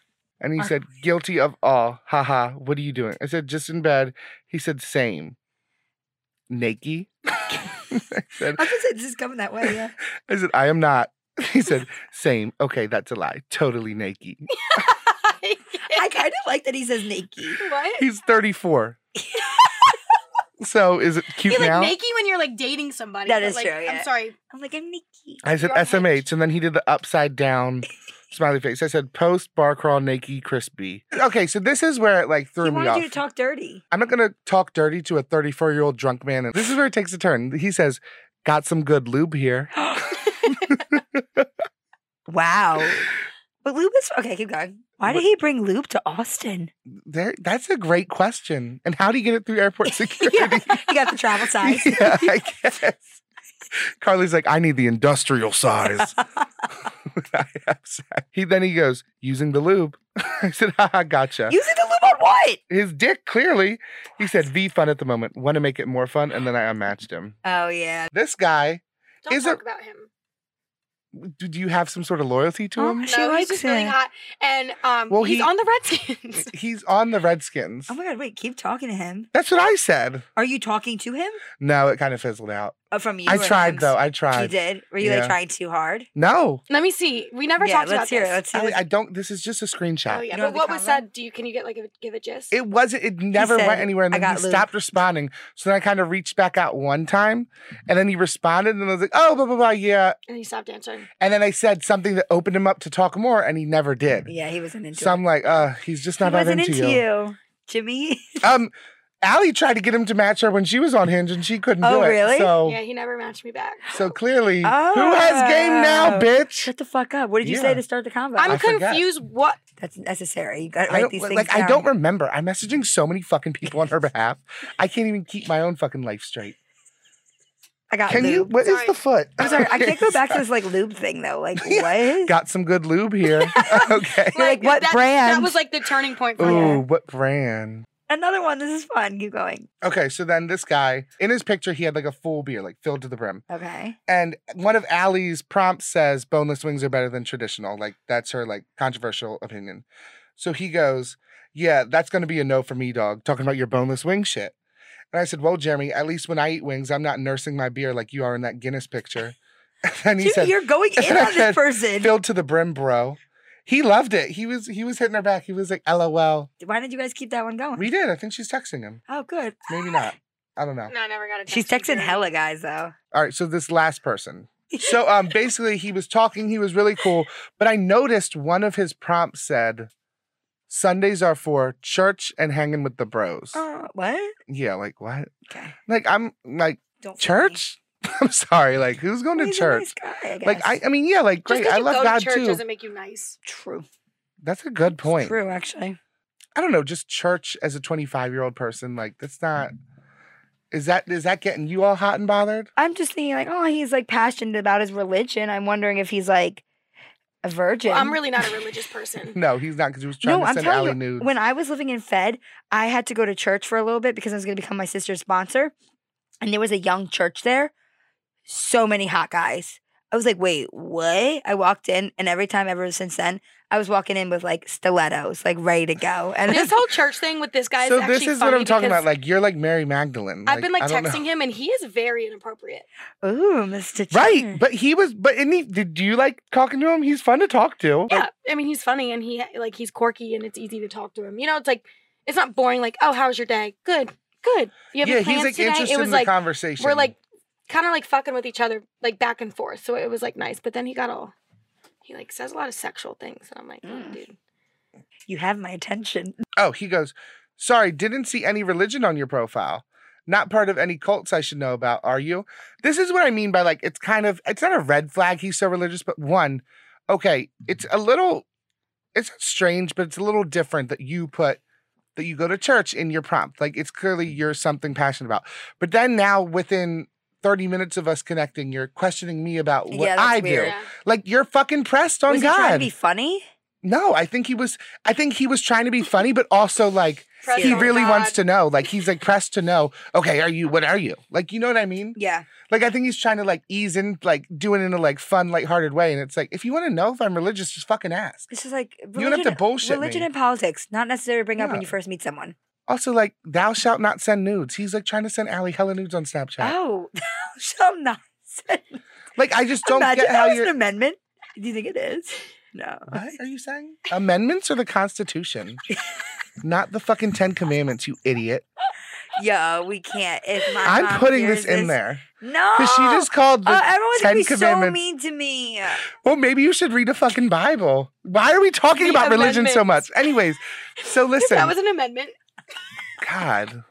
Speaker 1: And he
Speaker 3: Uh.
Speaker 1: said, guilty of all. Haha, what are you doing? I said, just in bed. He said, same. Naked. I said,
Speaker 3: I just it's just coming that way. Yeah.
Speaker 1: I said, I am not. He said, same. Okay, that's a lie. Totally naked.
Speaker 3: I kind of like that he says naked.
Speaker 2: what?
Speaker 1: He's 34. so is it cute
Speaker 2: You're like
Speaker 1: now?
Speaker 2: naked when you're like dating somebody.
Speaker 3: That
Speaker 2: but,
Speaker 3: is
Speaker 2: like,
Speaker 3: true,
Speaker 2: I'm
Speaker 3: yeah.
Speaker 2: sorry.
Speaker 3: I'm like, I'm naked.
Speaker 1: I said
Speaker 2: You're on
Speaker 1: SMH, and then he did the upside down smiley face. I said post bar crawl naked crispy. Okay, so this is where it like threw
Speaker 3: He
Speaker 1: me
Speaker 3: wanted
Speaker 1: off.
Speaker 3: you to talk dirty.
Speaker 1: I'm not gonna talk dirty to a 34 year old drunk man. And this is where it takes a turn. He says, "Got some good lube here."
Speaker 3: Wow. But lube is okay. Keep going. Why did he bring lube to Austin?
Speaker 1: There, that's a great question. And how do you get it through airport security?
Speaker 3: yeah, he got the travel size.
Speaker 1: yeah, I guess. Carly's like, I need the industrial size. I have size. he then he goes using the lube. I said, haha, gotcha.
Speaker 3: Using the lube on what?
Speaker 1: His dick clearly. He said, V fun at the moment. Want to make it more fun, and then I unmatched him.
Speaker 3: Oh yeah.
Speaker 1: This guy,
Speaker 2: Don't
Speaker 1: Is
Speaker 2: talk
Speaker 1: it-
Speaker 2: about him.
Speaker 1: do do you have some sort of loyalty to
Speaker 3: Oh,
Speaker 1: him?
Speaker 3: She
Speaker 2: no,
Speaker 3: likes
Speaker 2: he's just really
Speaker 3: it.
Speaker 2: hot, and um,
Speaker 1: Well,
Speaker 2: he's
Speaker 1: he-
Speaker 2: on the Redskins.
Speaker 1: He's on the Redskins.
Speaker 3: Oh my god. Wait. Keep talking to him.
Speaker 1: That's what I said.
Speaker 3: Are you talking to him?
Speaker 1: No, it kind of fizzled out.
Speaker 3: Uh, from you?
Speaker 1: I
Speaker 3: or
Speaker 1: tried
Speaker 3: him?
Speaker 1: though. I
Speaker 3: You
Speaker 1: tried.
Speaker 3: did. Were you
Speaker 1: Yeah.
Speaker 3: like trying too hard?
Speaker 1: No,
Speaker 2: Let me see. We never
Speaker 3: yeah.
Speaker 2: talked
Speaker 3: let's
Speaker 2: about
Speaker 3: hear
Speaker 2: this.
Speaker 3: it. Let's hear
Speaker 1: Allie,
Speaker 3: this.
Speaker 1: I don't. This is just a screenshot.
Speaker 2: Oh yeah,
Speaker 3: You
Speaker 2: but
Speaker 3: don't
Speaker 2: what
Speaker 3: have the
Speaker 2: was
Speaker 3: comment?
Speaker 2: said? Do you can you get like a, give a gist?
Speaker 1: It wasn't. It never
Speaker 3: said,
Speaker 1: went anywhere, and
Speaker 3: "I
Speaker 1: then he
Speaker 3: got lube."
Speaker 1: stopped responding. So then I kind of reached back out one time, and then he responded, and I was like, "Oh, blah blah blah, yeah."
Speaker 2: and he stopped answering.
Speaker 1: And then I said something that opened him up to talk more, and he never did.
Speaker 3: Yeah, he wasn't into
Speaker 1: So
Speaker 3: it.
Speaker 1: I'm like, uh, he's just not
Speaker 3: he
Speaker 1: that
Speaker 3: wasn't
Speaker 1: into, you.
Speaker 3: Jimmy.
Speaker 1: Um, Allie tried to get him to match her when she was on Hinge, and she couldn't
Speaker 3: Oh,
Speaker 1: do it.
Speaker 3: really?
Speaker 1: So,
Speaker 2: Yeah, he never matched me back.
Speaker 1: so clearly, who has game now,
Speaker 3: Oh.
Speaker 1: bitch?
Speaker 3: Shut the fuck up. What did you say
Speaker 1: Yeah.
Speaker 3: to start the convo?
Speaker 2: I'm
Speaker 1: I forget.
Speaker 2: confused. What?
Speaker 3: That's necessary. You gotta
Speaker 1: I
Speaker 3: write
Speaker 1: don't,
Speaker 3: these things
Speaker 1: like, I
Speaker 3: down.
Speaker 1: don't remember. I'm messaging so many fucking people on her behalf. I can't even keep my own fucking life straight.
Speaker 3: I got
Speaker 1: Can
Speaker 3: lube.
Speaker 1: you? What is
Speaker 2: Sorry.
Speaker 1: the foot?
Speaker 3: I'm sorry, I can't go back to this like lube thing though. Like what?
Speaker 1: Got some good lube here. okay.
Speaker 3: You're like, what
Speaker 2: that, That
Speaker 3: brand?
Speaker 2: was like the turning point for me.
Speaker 1: Ooh, what brand?
Speaker 3: Another one. This is fun. Keep going.
Speaker 1: Okay, so then this guy in his picture, he had like a full beer, like filled to the brim.
Speaker 3: Okay.
Speaker 1: And one of Allie's prompts says boneless wings are better than traditional. Like that's her like controversial opinion. So he goes, Yeah, that's gonna be a no for me, dog, talking about your boneless wing shit. And I said, Well, Jeremy, at least when I eat wings, I'm not nursing my beer like you are in that Guinness picture. And he
Speaker 3: Dude,
Speaker 1: said,
Speaker 3: you're going in
Speaker 1: and I
Speaker 3: on
Speaker 1: said,
Speaker 3: this person.
Speaker 1: filled to the brim, bro. He loved it. He was he was hitting her back. He was like, LOL.
Speaker 3: Why did you guys keep that one going?
Speaker 1: We did. I think she's texting him.
Speaker 3: oh, good.
Speaker 1: Maybe not. I don't know.
Speaker 2: No, I never got a text.
Speaker 3: She's
Speaker 2: from
Speaker 3: texting
Speaker 2: Jeremy.
Speaker 3: hella guys though.
Speaker 1: All right, so this last person. So um basically he was talking, he was really cool, but I noticed one of his prompts said Sundays are for church and hanging with the bros.
Speaker 3: Oh, what?
Speaker 1: Yeah, like what?
Speaker 3: Okay.
Speaker 1: Like I'm like
Speaker 3: Don't fool me.
Speaker 1: church? I'm sorry, like who's going
Speaker 3: Well,
Speaker 1: to
Speaker 3: he's a
Speaker 1: church?
Speaker 3: nice guy, I
Speaker 1: like I
Speaker 3: guess.
Speaker 1: I mean, yeah, like
Speaker 2: Just
Speaker 1: great.
Speaker 2: 'cause
Speaker 1: I
Speaker 2: you
Speaker 1: love
Speaker 2: go to
Speaker 1: God
Speaker 2: church
Speaker 1: too.
Speaker 2: doesn't make you nice.
Speaker 3: true.
Speaker 1: That's a good point.
Speaker 3: True, actually.
Speaker 1: I don't know, just church as a 25-year-old person, like that's not is that is that getting you all hot and bothered?
Speaker 3: I'm just thinking like, oh, he's like passionate about his religion. I'm wondering if he's like a virgin.
Speaker 2: Well, I'm really not a religious person.
Speaker 1: No, he's not because he was trying
Speaker 3: no,
Speaker 1: to
Speaker 3: I'm
Speaker 1: send
Speaker 3: telling
Speaker 1: Allie
Speaker 3: you,
Speaker 1: nudes.
Speaker 3: when I was living in Fed, I had to go to church for a little bit because I was going to become my sister's sponsor, and there was a young church there. So many hot guys. I was like, wait, what? I walked in, and every time ever since then, I was walking in with like stilettos, like ready to go. And
Speaker 2: this whole church thing with this guy
Speaker 1: so
Speaker 2: is actually
Speaker 1: this is
Speaker 2: funny
Speaker 1: what I'm talking
Speaker 2: because
Speaker 1: about. Like you're like Mary Magdalene.
Speaker 2: I've been like
Speaker 1: I don't know.
Speaker 2: texting him and he is very inappropriate.
Speaker 3: ooh, Mr. Chandler.
Speaker 1: Right, but he was. But and he, did do you like talking to him? He's fun to talk to.
Speaker 3: Oh.
Speaker 2: Yeah, I mean he's funny and he like he's quirky and it's easy to talk to him. You know, it's like it's not boring. Like, oh, how was your day? Good, good. You have
Speaker 1: yeah,
Speaker 2: any
Speaker 1: he's
Speaker 2: plans
Speaker 1: like
Speaker 2: today?
Speaker 1: interested
Speaker 2: It was
Speaker 1: in the
Speaker 2: like
Speaker 1: conversation.
Speaker 2: we're like kind of like fucking with each other, like back and forth. So it was like nice. But then he got all he like says a lot of sexual things, and I'm like, oh,
Speaker 3: Mm.
Speaker 2: dude,
Speaker 3: you have my attention.
Speaker 1: oh, he goes, sorry, didn't see any religion on your profile. Not part of any cults I should know about, are you? This is what I mean by like it's kind of it's not a red flag. He's so religious, but one, okay, it's a little, it's not strange, but it's a little different that you put that you go to church in your prompt. Like it's clearly you're something passionate about. But then now within. 30 minutes of us connecting, you're questioning me about what
Speaker 3: Yeah, that's
Speaker 1: I do.
Speaker 3: weird.
Speaker 2: yeah.
Speaker 1: Like you're fucking pressed on
Speaker 3: was he trying to
Speaker 1: God.
Speaker 3: be funny?
Speaker 1: no, I think he was I think he was trying to be funny, but also like
Speaker 2: Pressed
Speaker 1: he
Speaker 2: on
Speaker 1: really wants
Speaker 2: God.
Speaker 1: to know. Like he's like pressed to know, okay, are you what are you? Like you know what I mean?
Speaker 3: Yeah.
Speaker 1: Like I think he's trying to like ease in, like do it in a like fun, lighthearted way. And it's like, if you want to know if I'm religious, just fucking ask.
Speaker 3: It's just like religion,
Speaker 1: don't have to bullshit
Speaker 3: religion
Speaker 1: me.
Speaker 3: and politics, not necessary to bring up
Speaker 1: Yeah.
Speaker 3: when you first meet someone.
Speaker 1: Also, like, thou shalt not send nudes. He's like trying to send Allie hella nudes on Snapchat.
Speaker 3: Oh, some nonsense.
Speaker 1: like, I just don't
Speaker 3: Imagine
Speaker 1: get how
Speaker 3: that was
Speaker 1: you're
Speaker 3: an amendment. Do you think it is? No.
Speaker 1: What are you saying? Amendments or the Constitution? Not the fucking Ten Commandments, you idiot.
Speaker 3: Yo, we can't. If my
Speaker 1: I'm
Speaker 3: mom
Speaker 1: putting this
Speaker 3: hears
Speaker 1: in there.
Speaker 3: No.
Speaker 1: Because she just called the
Speaker 3: Oh, everyone's
Speaker 1: Ten
Speaker 3: gonna be so
Speaker 1: Commandments.
Speaker 3: mean to me.
Speaker 1: Well, maybe you should read a fucking Bible. Why are we talking
Speaker 2: The
Speaker 1: about religion so much?
Speaker 2: amendments.
Speaker 1: Anyways, so
Speaker 2: If
Speaker 1: listen,
Speaker 2: that was an amendment.
Speaker 1: God,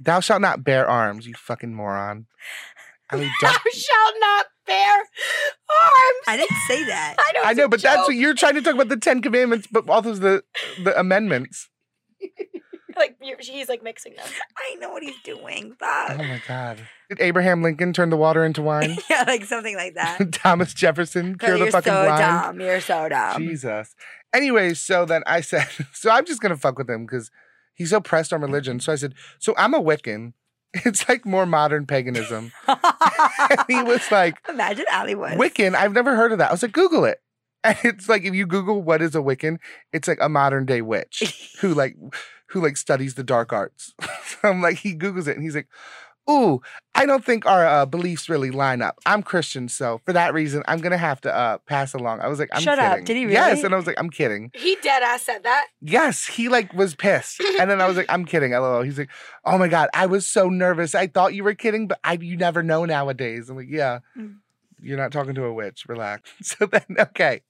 Speaker 1: thou shalt not bear arms, you fucking moron. I mean,
Speaker 2: Thou
Speaker 1: don't.
Speaker 2: shalt not bear arms.
Speaker 3: I didn't say that.
Speaker 2: I know.
Speaker 1: I
Speaker 2: it's
Speaker 1: know,
Speaker 2: a
Speaker 1: but that's
Speaker 2: joke.
Speaker 1: what you're trying to talk about the Ten Commandments, but all those the the amendments.
Speaker 2: like you're, he's like mixing them.
Speaker 3: I know what he's doing.
Speaker 1: Oh
Speaker 3: Bob.
Speaker 1: my God! Did Abraham Lincoln turn the water into wine?
Speaker 3: yeah, like something like that.
Speaker 1: Thomas Jefferson cure the
Speaker 3: you're
Speaker 1: fucking
Speaker 3: so
Speaker 1: blind?
Speaker 3: dumb. You're so dumb.
Speaker 1: Jesus. Anyways, so then I said, so I'm just gonna fuck with him because he's so pressed on religion.
Speaker 3: Mm-hmm.
Speaker 1: So I said, so I'm a Wiccan. It's like more modern paganism. and he was like,
Speaker 3: Imagine Ali was.
Speaker 1: Wiccan, I've never heard of that. I was like, Google it. And it's like if you Google what is a Wiccan, it's like a modern day witch who like who like studies the dark arts. so I'm like, he Googles it and he's like, ooh, I don't think our uh, beliefs really line up. I'm Christian, so for that reason, I'm gonna have to uh, pass along. I was like, I'm
Speaker 3: Shut
Speaker 1: kidding.
Speaker 3: up. Did he
Speaker 1: Yes,
Speaker 3: really?
Speaker 1: and I was like, I'm kidding.
Speaker 2: He dead ass said that.
Speaker 1: Yes, he like was pissed. And then I was like, I'm kidding, lol. He's like, Oh my god, I was so nervous. I thought you were kidding, but I you never know nowadays. I'm like, Yeah,
Speaker 3: Mm.
Speaker 1: you're not talking to a witch. Relax. So then okay.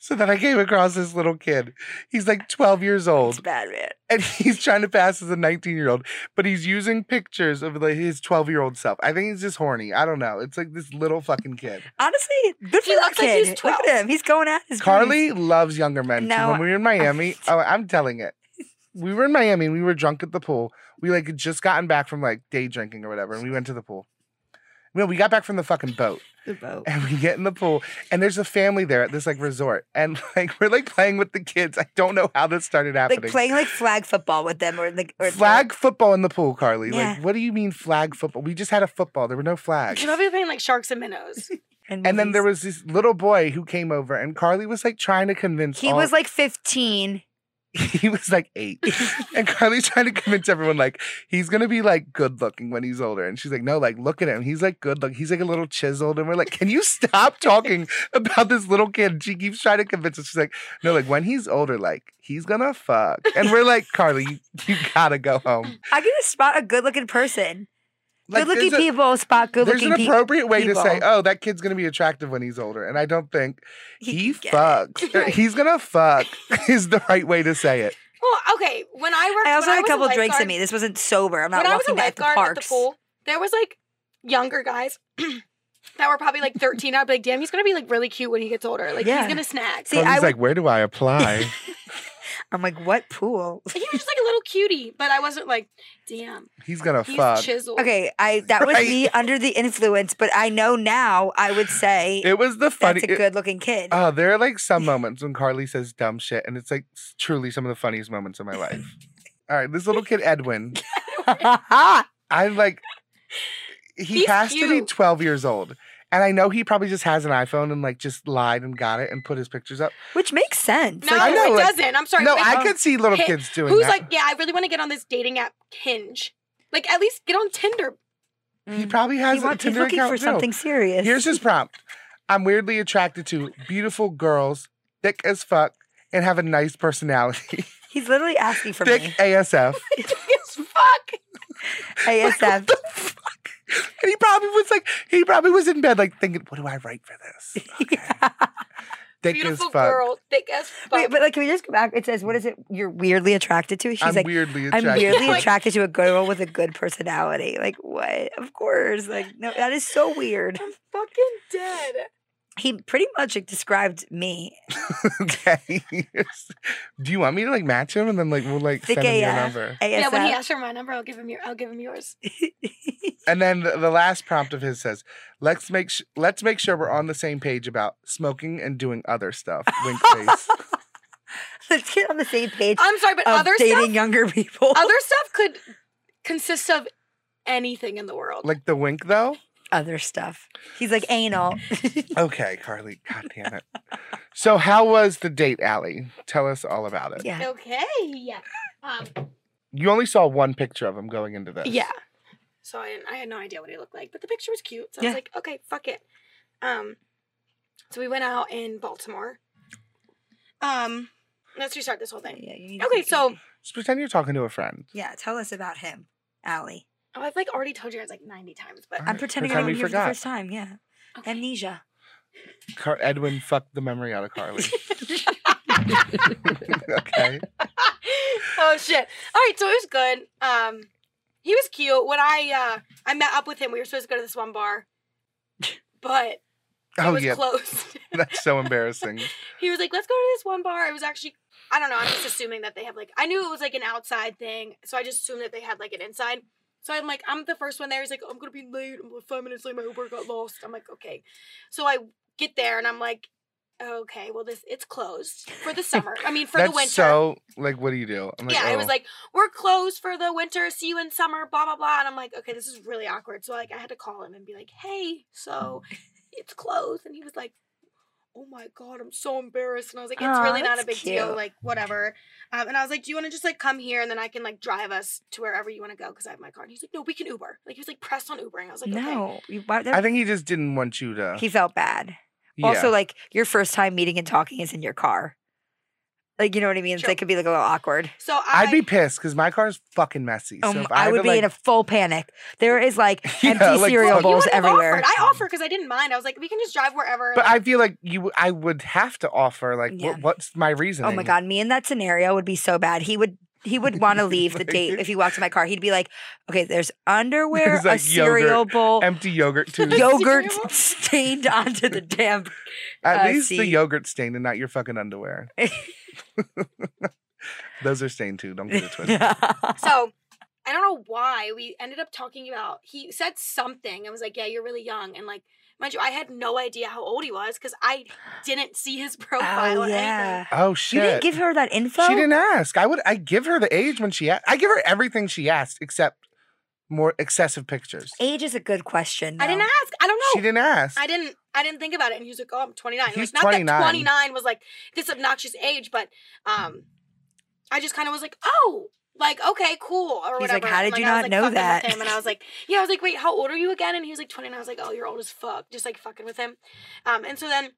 Speaker 1: So then I came across this little kid. He's like 12 years
Speaker 3: It's
Speaker 1: old
Speaker 3: bad, man.
Speaker 1: and he's trying to pass as a 19 year old, but he's using pictures of like his 12 year old self. I think he's just horny. I don't know. It's like this little fucking kid.
Speaker 3: Honestly, good for
Speaker 2: He
Speaker 3: that
Speaker 2: looks like
Speaker 3: kid.
Speaker 2: he's
Speaker 3: Look at him. He's going at his
Speaker 1: Carly loves younger men. too.
Speaker 3: No,
Speaker 1: When we were in Miami, oh, I'm telling it. We were in Miami and we were drunk at the pool. We like had just gotten back from like day drinking or whatever, and we went to the pool. No, we got back from the fucking boat
Speaker 3: The boat.
Speaker 1: and we get in the pool and there's a family there at this like resort and like we're like playing with the kids. I don't know how this started happening.
Speaker 3: Like playing like flag football with them or like or
Speaker 1: flag football in the pool, Carly.
Speaker 3: Yeah.
Speaker 1: Like, what do you mean flag football? We just had a football. There were no flags.
Speaker 2: Should I be playing like sharks and minnows?
Speaker 1: And then there was this little boy who came over, and Carly was like trying to convince.
Speaker 3: he
Speaker 1: all-
Speaker 3: was like 15.
Speaker 1: he was like eight, and Carly's trying to convince everyone like he's gonna be like good looking when he's older, and she's like, no, like look at him, he's like good look, he's like a little chiseled, and we're like, can you stop talking about this little kid? And she keeps trying to convince us. She's like, no, like when he's older, like he's gonna fuck, and we're like, Carly, you, you gotta go home.
Speaker 3: I can just spot a good looking person.
Speaker 1: Like,
Speaker 3: good looking
Speaker 1: there's a-
Speaker 3: people spot good
Speaker 1: There's
Speaker 3: looking
Speaker 1: an
Speaker 3: people.
Speaker 1: appropriate way to say,
Speaker 3: people.
Speaker 1: oh, that kid's gonna be attractive when he's older, and I don't think he fucked.
Speaker 2: Right.
Speaker 1: He's gonna fuck is the right way to say it.
Speaker 2: well, okay. When I worked,
Speaker 3: I also
Speaker 2: when
Speaker 3: had a
Speaker 2: was
Speaker 3: couple drinks in
Speaker 2: lifeguard-
Speaker 3: me. This wasn't sober. I'm not
Speaker 2: when I was a
Speaker 3: walking back to
Speaker 2: lifeguard at the
Speaker 3: parks.
Speaker 2: pool, there was like younger guys that were probably like 13. I'd be like, damn, he's gonna be like really cute when he gets older. Like
Speaker 3: Yeah.
Speaker 2: he's gonna snag.
Speaker 3: See,
Speaker 1: Carly's
Speaker 3: I would-
Speaker 1: like, where do I apply?
Speaker 3: I'm like, what pool?
Speaker 2: he was just like a little cutie, but I wasn't like, damn,
Speaker 1: He's gonna
Speaker 2: he's
Speaker 1: fuck.
Speaker 2: chiseled.
Speaker 3: Okay, I that was
Speaker 1: Right.
Speaker 3: me under the influence, but I know now I would say
Speaker 1: it was the funny.
Speaker 3: that's a
Speaker 1: it-
Speaker 3: good looking kid.
Speaker 1: Oh, there are like some moments when Carly says dumb shit, and it's like s- truly some of the funniest moments of my life. All right, this little kid Edwin, Oh. I like. He
Speaker 2: He's
Speaker 1: has to be
Speaker 2: cute.
Speaker 1: 12 years old, and I know he probably just has an iPhone and like just lied and got it and put his pictures up.
Speaker 3: Which makes sense.
Speaker 2: No,
Speaker 3: Like,
Speaker 1: I know,
Speaker 2: it
Speaker 1: like-
Speaker 2: doesn't. I'm sorry.
Speaker 1: no,
Speaker 2: Like,
Speaker 3: um,
Speaker 1: I could see little
Speaker 2: hey,
Speaker 1: kids doing
Speaker 2: Who's
Speaker 1: that.
Speaker 2: like, yeah, I really want to get on this dating app Hinge. Like, at least get on Tinder.
Speaker 1: he
Speaker 3: mm,
Speaker 1: probably has
Speaker 3: he
Speaker 1: a
Speaker 3: want- he's
Speaker 1: Tinder
Speaker 3: looking
Speaker 1: account
Speaker 3: for
Speaker 1: too.
Speaker 3: something serious.
Speaker 1: Here's his prompt. I'm weirdly attracted to beautiful girls, thick as fuck, and have a nice personality.
Speaker 3: he's literally asking for
Speaker 1: thick
Speaker 3: me.
Speaker 1: ASF.
Speaker 2: It's fuck.
Speaker 3: ASF.
Speaker 1: And he probably was like, he probably was in bed like thinking, what do I write for this? Thick
Speaker 2: Beautiful
Speaker 1: as fuck.
Speaker 2: girl, thick as fuck.
Speaker 3: Wait, but like, can we just go back? It says, "What is it? You're weirdly attracted to?" She's
Speaker 1: I'm
Speaker 3: like,
Speaker 1: weirdly
Speaker 3: "I'm
Speaker 1: attracted.
Speaker 3: weirdly
Speaker 1: to
Speaker 2: Like-
Speaker 3: attracted to a girl with a good personality." Like, what? Of course. Like, no, that is so weird.
Speaker 2: I'm fucking dead.
Speaker 3: He pretty much like, described me.
Speaker 1: okay. do you want me to like match him and then like we'll like
Speaker 3: Thick
Speaker 1: send him your
Speaker 3: AF.
Speaker 1: number?
Speaker 3: ASF.
Speaker 2: yeah, when he asks for my number, I'll give him your. I'll give him yours.
Speaker 1: And then the, the last prompt of his says, "Let's make sh- let's make sure we're on the same page about smoking and doing other stuff." Wink face.
Speaker 3: Let's get on the same page
Speaker 2: I'm sorry, but
Speaker 3: of
Speaker 2: other
Speaker 3: dating
Speaker 2: stuff,
Speaker 3: younger people.
Speaker 2: other stuff could consist of anything in the world.
Speaker 1: Like the wink though.
Speaker 3: Other stuff. He's like anal.
Speaker 1: Okay, Carly. God damn it. So how was the date, Allie? Tell us all about it.
Speaker 3: Yeah.
Speaker 2: okay, yeah, um,
Speaker 1: You only saw one picture of him going into this.
Speaker 2: yeah. So I, didn't, I had no idea what he looked like, but the picture was cute. So I
Speaker 3: Yeah.
Speaker 2: was like, okay, fuck it. Um, so we went out in Baltimore. Um, let's restart this whole thing.
Speaker 3: Yeah, you need to
Speaker 2: Okay,
Speaker 3: keep-
Speaker 2: so
Speaker 1: Just pretend you're talking to a friend.
Speaker 3: yeah, tell us about him, Allie.
Speaker 2: oh, I've like already told you guys like 90 times, but
Speaker 1: All
Speaker 3: I'm
Speaker 1: right,
Speaker 3: pretending I
Speaker 1: pretend
Speaker 3: don't
Speaker 1: we
Speaker 3: hear for the
Speaker 1: forgot.
Speaker 3: first time. Yeah, amnesia.
Speaker 1: Car- Edwin fucked the memory out of Carly. okay.
Speaker 2: oh shit. All right, so it was good. Um he was cute. When I uh I met up with him, we were supposed to go to this one bar. But it
Speaker 1: Oh
Speaker 2: was
Speaker 1: yeah,
Speaker 2: closed.
Speaker 1: that's so embarrassing.
Speaker 2: he was like, "Let's go to this one bar." It was actually I don't know, I'm just assuming that they have like I knew it was like an outside thing, so I just assumed that they had like an inside. So I'm like, I'm the first one there. He's like, I'm gonna be late. I'm like, five minutes late. My Uber got lost. I'm like, okay. So I get there and I'm like, okay, well this it's closed for the summer. I mean, for
Speaker 1: that's
Speaker 2: the winter.
Speaker 1: so like, what do you do? I'm like,
Speaker 2: yeah, it
Speaker 1: oh.
Speaker 2: was like, we're closed for the winter. See you in summer. Blah blah blah. And I'm like, okay, this is really awkward. So like, I had to call him and be like, hey, so it's closed. And he was like, oh my god, I'm so embarrassed. And I was like, it's
Speaker 3: Aw,
Speaker 2: really not a big
Speaker 3: that's
Speaker 2: deal.
Speaker 3: cute.
Speaker 2: Like whatever. Um, and I was like, do you want to just like come here and then I can like drive us to wherever you want to go because I have my car. And he's like, no, we can Uber. Like he was like pressed on Ubering. I was like, okay.
Speaker 3: no, you, why,
Speaker 1: I think he just didn't want you to.
Speaker 3: he felt bad.
Speaker 1: yeah.
Speaker 3: Also, like your first time meeting and talking is in your car. Like you know what I mean? So
Speaker 2: True.
Speaker 3: it could be like a little awkward.
Speaker 2: So I
Speaker 1: I'd be pissed because my car's fucking messy. so
Speaker 3: Um,
Speaker 1: if I,
Speaker 3: I
Speaker 1: had
Speaker 3: would
Speaker 1: to,
Speaker 3: be
Speaker 1: like,
Speaker 3: in a full panic. There is like
Speaker 1: Yeah,
Speaker 3: empty
Speaker 1: like,
Speaker 3: cereal
Speaker 1: fuck.
Speaker 2: you
Speaker 3: bowls
Speaker 2: wouldn't have
Speaker 3: everywhere.
Speaker 2: Offered. I offer because I didn't mind. I was like, we can just drive wherever.
Speaker 1: But
Speaker 2: like,
Speaker 1: I feel like you, I would have to offer like,
Speaker 3: Yeah.
Speaker 1: what, what's my reason?
Speaker 3: Oh my god, me in that scenario would be so bad. He would he would want to leave the date if he walked in my car. He'd be like, "Okay, there's underwear,
Speaker 1: There's,
Speaker 3: a
Speaker 1: like,
Speaker 3: cereal
Speaker 1: yogurt,
Speaker 3: bowl,
Speaker 1: Empty yogurt too.
Speaker 3: yogurt
Speaker 2: Cereal?
Speaker 3: stained onto the damn."
Speaker 1: At
Speaker 3: uh,
Speaker 1: least the
Speaker 3: see.
Speaker 1: yogurt stained and not your fucking underwear. Those are stained too. Don't get it twisted.
Speaker 2: so I don't know why we ended up talking about. He said something. I was like, "Yeah, you're really young," and like, mind you, I had no idea how old he was because I didn't see his profile.
Speaker 3: oh
Speaker 2: or
Speaker 3: yeah.
Speaker 2: anything.
Speaker 1: Oh shit!
Speaker 3: You didn't give her that info.
Speaker 1: She didn't ask. I would. I give her the age when she. a- I give her everything she asked except more excessive pictures.
Speaker 3: Age is a good question.
Speaker 2: I didn't
Speaker 3: though.
Speaker 2: ask. I don't know.
Speaker 1: She didn't ask.
Speaker 2: I didn't I didn't think about it. And he was like, Oh, I'm 29.
Speaker 1: He's
Speaker 2: like not
Speaker 1: 29.
Speaker 2: that 29 was like this obnoxious age, but um I just kind of was like, Oh, like, okay, cool. Or
Speaker 3: He's like,
Speaker 2: whatever.
Speaker 3: "How did
Speaker 2: Like,
Speaker 3: you
Speaker 2: I was,
Speaker 3: not
Speaker 2: like,
Speaker 3: know
Speaker 2: fucking with
Speaker 3: that?"
Speaker 2: Him. And I was like, Yeah, I was like, wait, how old are you again? And he was like 29. I was like, Oh, you're old as fuck. Just like fucking with him. Um, and so then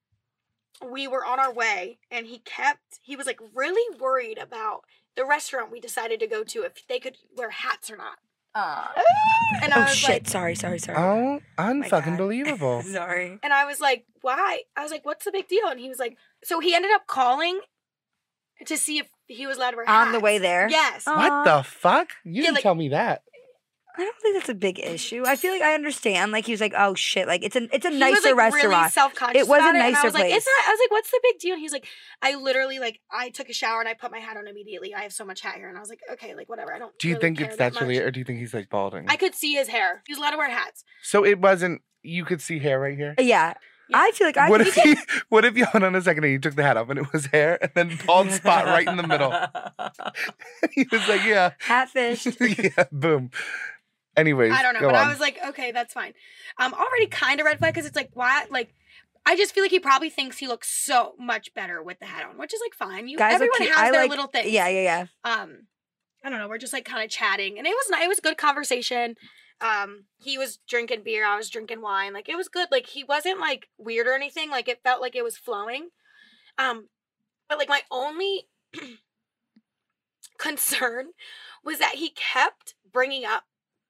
Speaker 2: we were on our way and he kept he was like really worried about the restaurant we decided to go to if they could wear hats or not. And I
Speaker 3: Oh
Speaker 2: was
Speaker 3: shit!
Speaker 2: like
Speaker 3: sorry, sorry, sorry.
Speaker 1: oh,
Speaker 3: God.
Speaker 1: unfucking believable.
Speaker 3: sorry.
Speaker 2: And I was like, why? I was like, what's the big deal? And he was like, so he ended up calling to see if he was allowed to wear
Speaker 3: On the
Speaker 2: hats.
Speaker 3: way there.
Speaker 2: Yes.
Speaker 3: Oh.
Speaker 1: what the fuck? You
Speaker 2: Yeah,
Speaker 1: didn't
Speaker 2: like-
Speaker 1: tell me that.
Speaker 3: I don't think that's a big issue. I feel like I understand. Like he was like, "Oh shit!" Like it's a it's a
Speaker 2: He was
Speaker 3: nicer
Speaker 2: like really
Speaker 3: restaurant.
Speaker 2: self-conscious.
Speaker 3: It was a
Speaker 2: about and I
Speaker 3: nicer
Speaker 2: was like,
Speaker 3: place.
Speaker 2: it's not I was like, what's the big deal? And he was like, I literally like I took a shower and I put my hat on immediately. I have so much hat here. And I was like, okay, like whatever. I don't
Speaker 1: Do you
Speaker 2: really
Speaker 1: think
Speaker 2: care
Speaker 1: it's
Speaker 2: that
Speaker 1: naturally,
Speaker 2: much.
Speaker 1: or do you think he's like balding?
Speaker 2: I could see his hair. He was allowed to wear hats.
Speaker 1: so it wasn't. You could see hair right here.
Speaker 3: Uh, yeah.
Speaker 2: Yeah.
Speaker 3: I feel like I
Speaker 1: what
Speaker 3: could-
Speaker 1: if he, what if you hold on a second and you took the hat off and it was hair and then bald spot right in the middle? he was like, yeah,
Speaker 3: Catfish.
Speaker 1: yeah, boom. Anyways,
Speaker 2: I don't know,
Speaker 1: go
Speaker 2: but
Speaker 1: on.
Speaker 2: I was like, okay, that's fine. I'm already kind of red flag because it's like, why? Like, I just feel like he probably thinks he looks so much better with the hat on, which is like fine. You
Speaker 3: Guys look
Speaker 2: everyone
Speaker 3: cute.
Speaker 2: has
Speaker 3: I
Speaker 2: their
Speaker 3: like-
Speaker 2: little things.
Speaker 3: yeah, yeah, yeah.
Speaker 2: Um, I don't know. We're just like kind of chatting, and it was ni- it was good conversation. Um, he was drinking beer, I was drinking wine. Like it was good. Like he wasn't like weird or anything. Like it felt like it was flowing. Um, but like my only concern was that he kept bringing up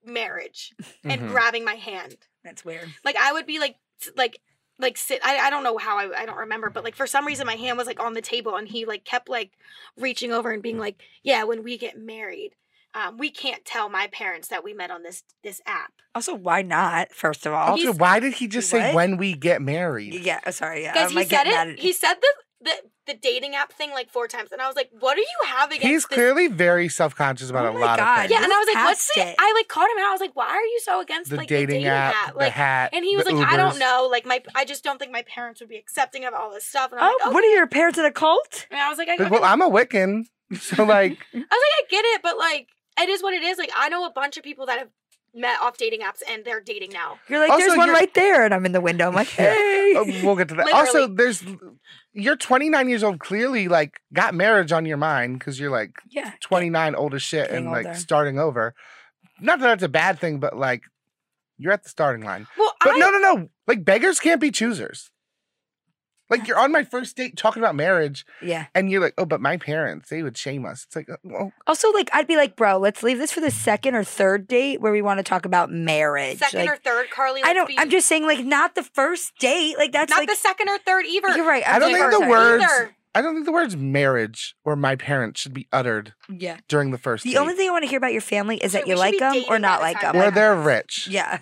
Speaker 2: marriage and
Speaker 1: Mhm.
Speaker 2: grabbing my hand.
Speaker 3: That's weird.
Speaker 2: Like I would be like s- like like sit I, I don't know how I, I don't remember but like for some reason my hand was like on the table and he like kept like reaching over and being like yeah when we get married um, we can't tell my parents that we met on this this app
Speaker 3: Also, why not? First of all,
Speaker 1: Also, why did he just say
Speaker 3: What?
Speaker 1: when we get married?
Speaker 3: yeah. oh, Sorry, yeah.
Speaker 2: because
Speaker 3: I'm,
Speaker 2: he
Speaker 3: like,
Speaker 2: said
Speaker 3: getting mad
Speaker 2: it
Speaker 3: at-
Speaker 2: he said the, the the dating app thing like four times and I was like what are you having
Speaker 1: He's
Speaker 2: this?
Speaker 1: clearly very self-conscious about
Speaker 3: Oh
Speaker 1: a
Speaker 3: my
Speaker 1: lot
Speaker 3: God,
Speaker 1: of
Speaker 2: yeah
Speaker 1: things.
Speaker 2: and I was like what's
Speaker 3: Past
Speaker 2: the
Speaker 3: it.
Speaker 2: I like called him out I was like why are you so against
Speaker 1: the
Speaker 2: like
Speaker 1: dating,
Speaker 2: the dating
Speaker 1: app,
Speaker 2: like
Speaker 1: the hat,
Speaker 2: and he was
Speaker 1: the
Speaker 2: like I don't
Speaker 1: Ubers.
Speaker 2: know like my I just don't think my parents would be accepting of all this stuff and I'm
Speaker 3: Oh,
Speaker 2: like
Speaker 3: what are your parents in a cult?
Speaker 2: And I was like, I,
Speaker 1: Like,
Speaker 2: okay.
Speaker 1: well,
Speaker 2: I
Speaker 1: I'm a Wiccan, so like,
Speaker 2: was like, I get it, but like, it is what it is. Like, I know a bunch of people that have met off dating apps and they're dating now.
Speaker 3: You're like,
Speaker 1: Also,
Speaker 3: there's one
Speaker 1: you're-
Speaker 3: right there, and I'm in the window. I'm like,
Speaker 1: Yeah.
Speaker 3: hey.
Speaker 1: oh, we'll get to that. Also,
Speaker 2: Literally.
Speaker 1: there's you're 29 years old. Clearly, like, got marriage on your mind because you're like
Speaker 3: yeah.
Speaker 1: 29, old as shit,
Speaker 3: Getting
Speaker 1: and like
Speaker 3: older.
Speaker 1: starting over. Not that that's a bad thing, but like, you're at the starting line.
Speaker 2: Well,
Speaker 1: But
Speaker 2: I
Speaker 1: no, no, no. Like, beggars can't be choosers. Like, you're on my first date talking about marriage,
Speaker 3: Yeah.
Speaker 1: and you're like, oh, but my parents, they would shame us. It's like, oh, well,
Speaker 3: Also, like, I'd be like, bro, let's leave this for the second or third date where we want to talk about marriage.
Speaker 2: second
Speaker 3: Like,
Speaker 2: or third, Carly.
Speaker 3: I
Speaker 2: let's
Speaker 3: don't.
Speaker 2: Be,
Speaker 3: I'm just saying, like, not the first date. Like, that's
Speaker 2: not
Speaker 3: like
Speaker 2: the second or third either.
Speaker 3: You're right.
Speaker 1: I
Speaker 3: I'm
Speaker 1: don't
Speaker 3: sorry,
Speaker 1: think
Speaker 3: I'm
Speaker 1: the
Speaker 3: sorry.
Speaker 1: words.
Speaker 2: Either.
Speaker 1: I don't think the words marriage or my parents should be uttered
Speaker 3: Yeah.
Speaker 1: during the first
Speaker 3: The
Speaker 1: date.
Speaker 3: only thing I want to hear about your family is
Speaker 2: So
Speaker 3: that
Speaker 2: we
Speaker 3: you
Speaker 2: should
Speaker 3: like
Speaker 2: be
Speaker 3: them or
Speaker 2: dating
Speaker 3: not
Speaker 2: by the
Speaker 3: like
Speaker 2: time
Speaker 3: them.
Speaker 2: that
Speaker 1: or they're
Speaker 2: happens.
Speaker 1: rich.
Speaker 3: Yeah.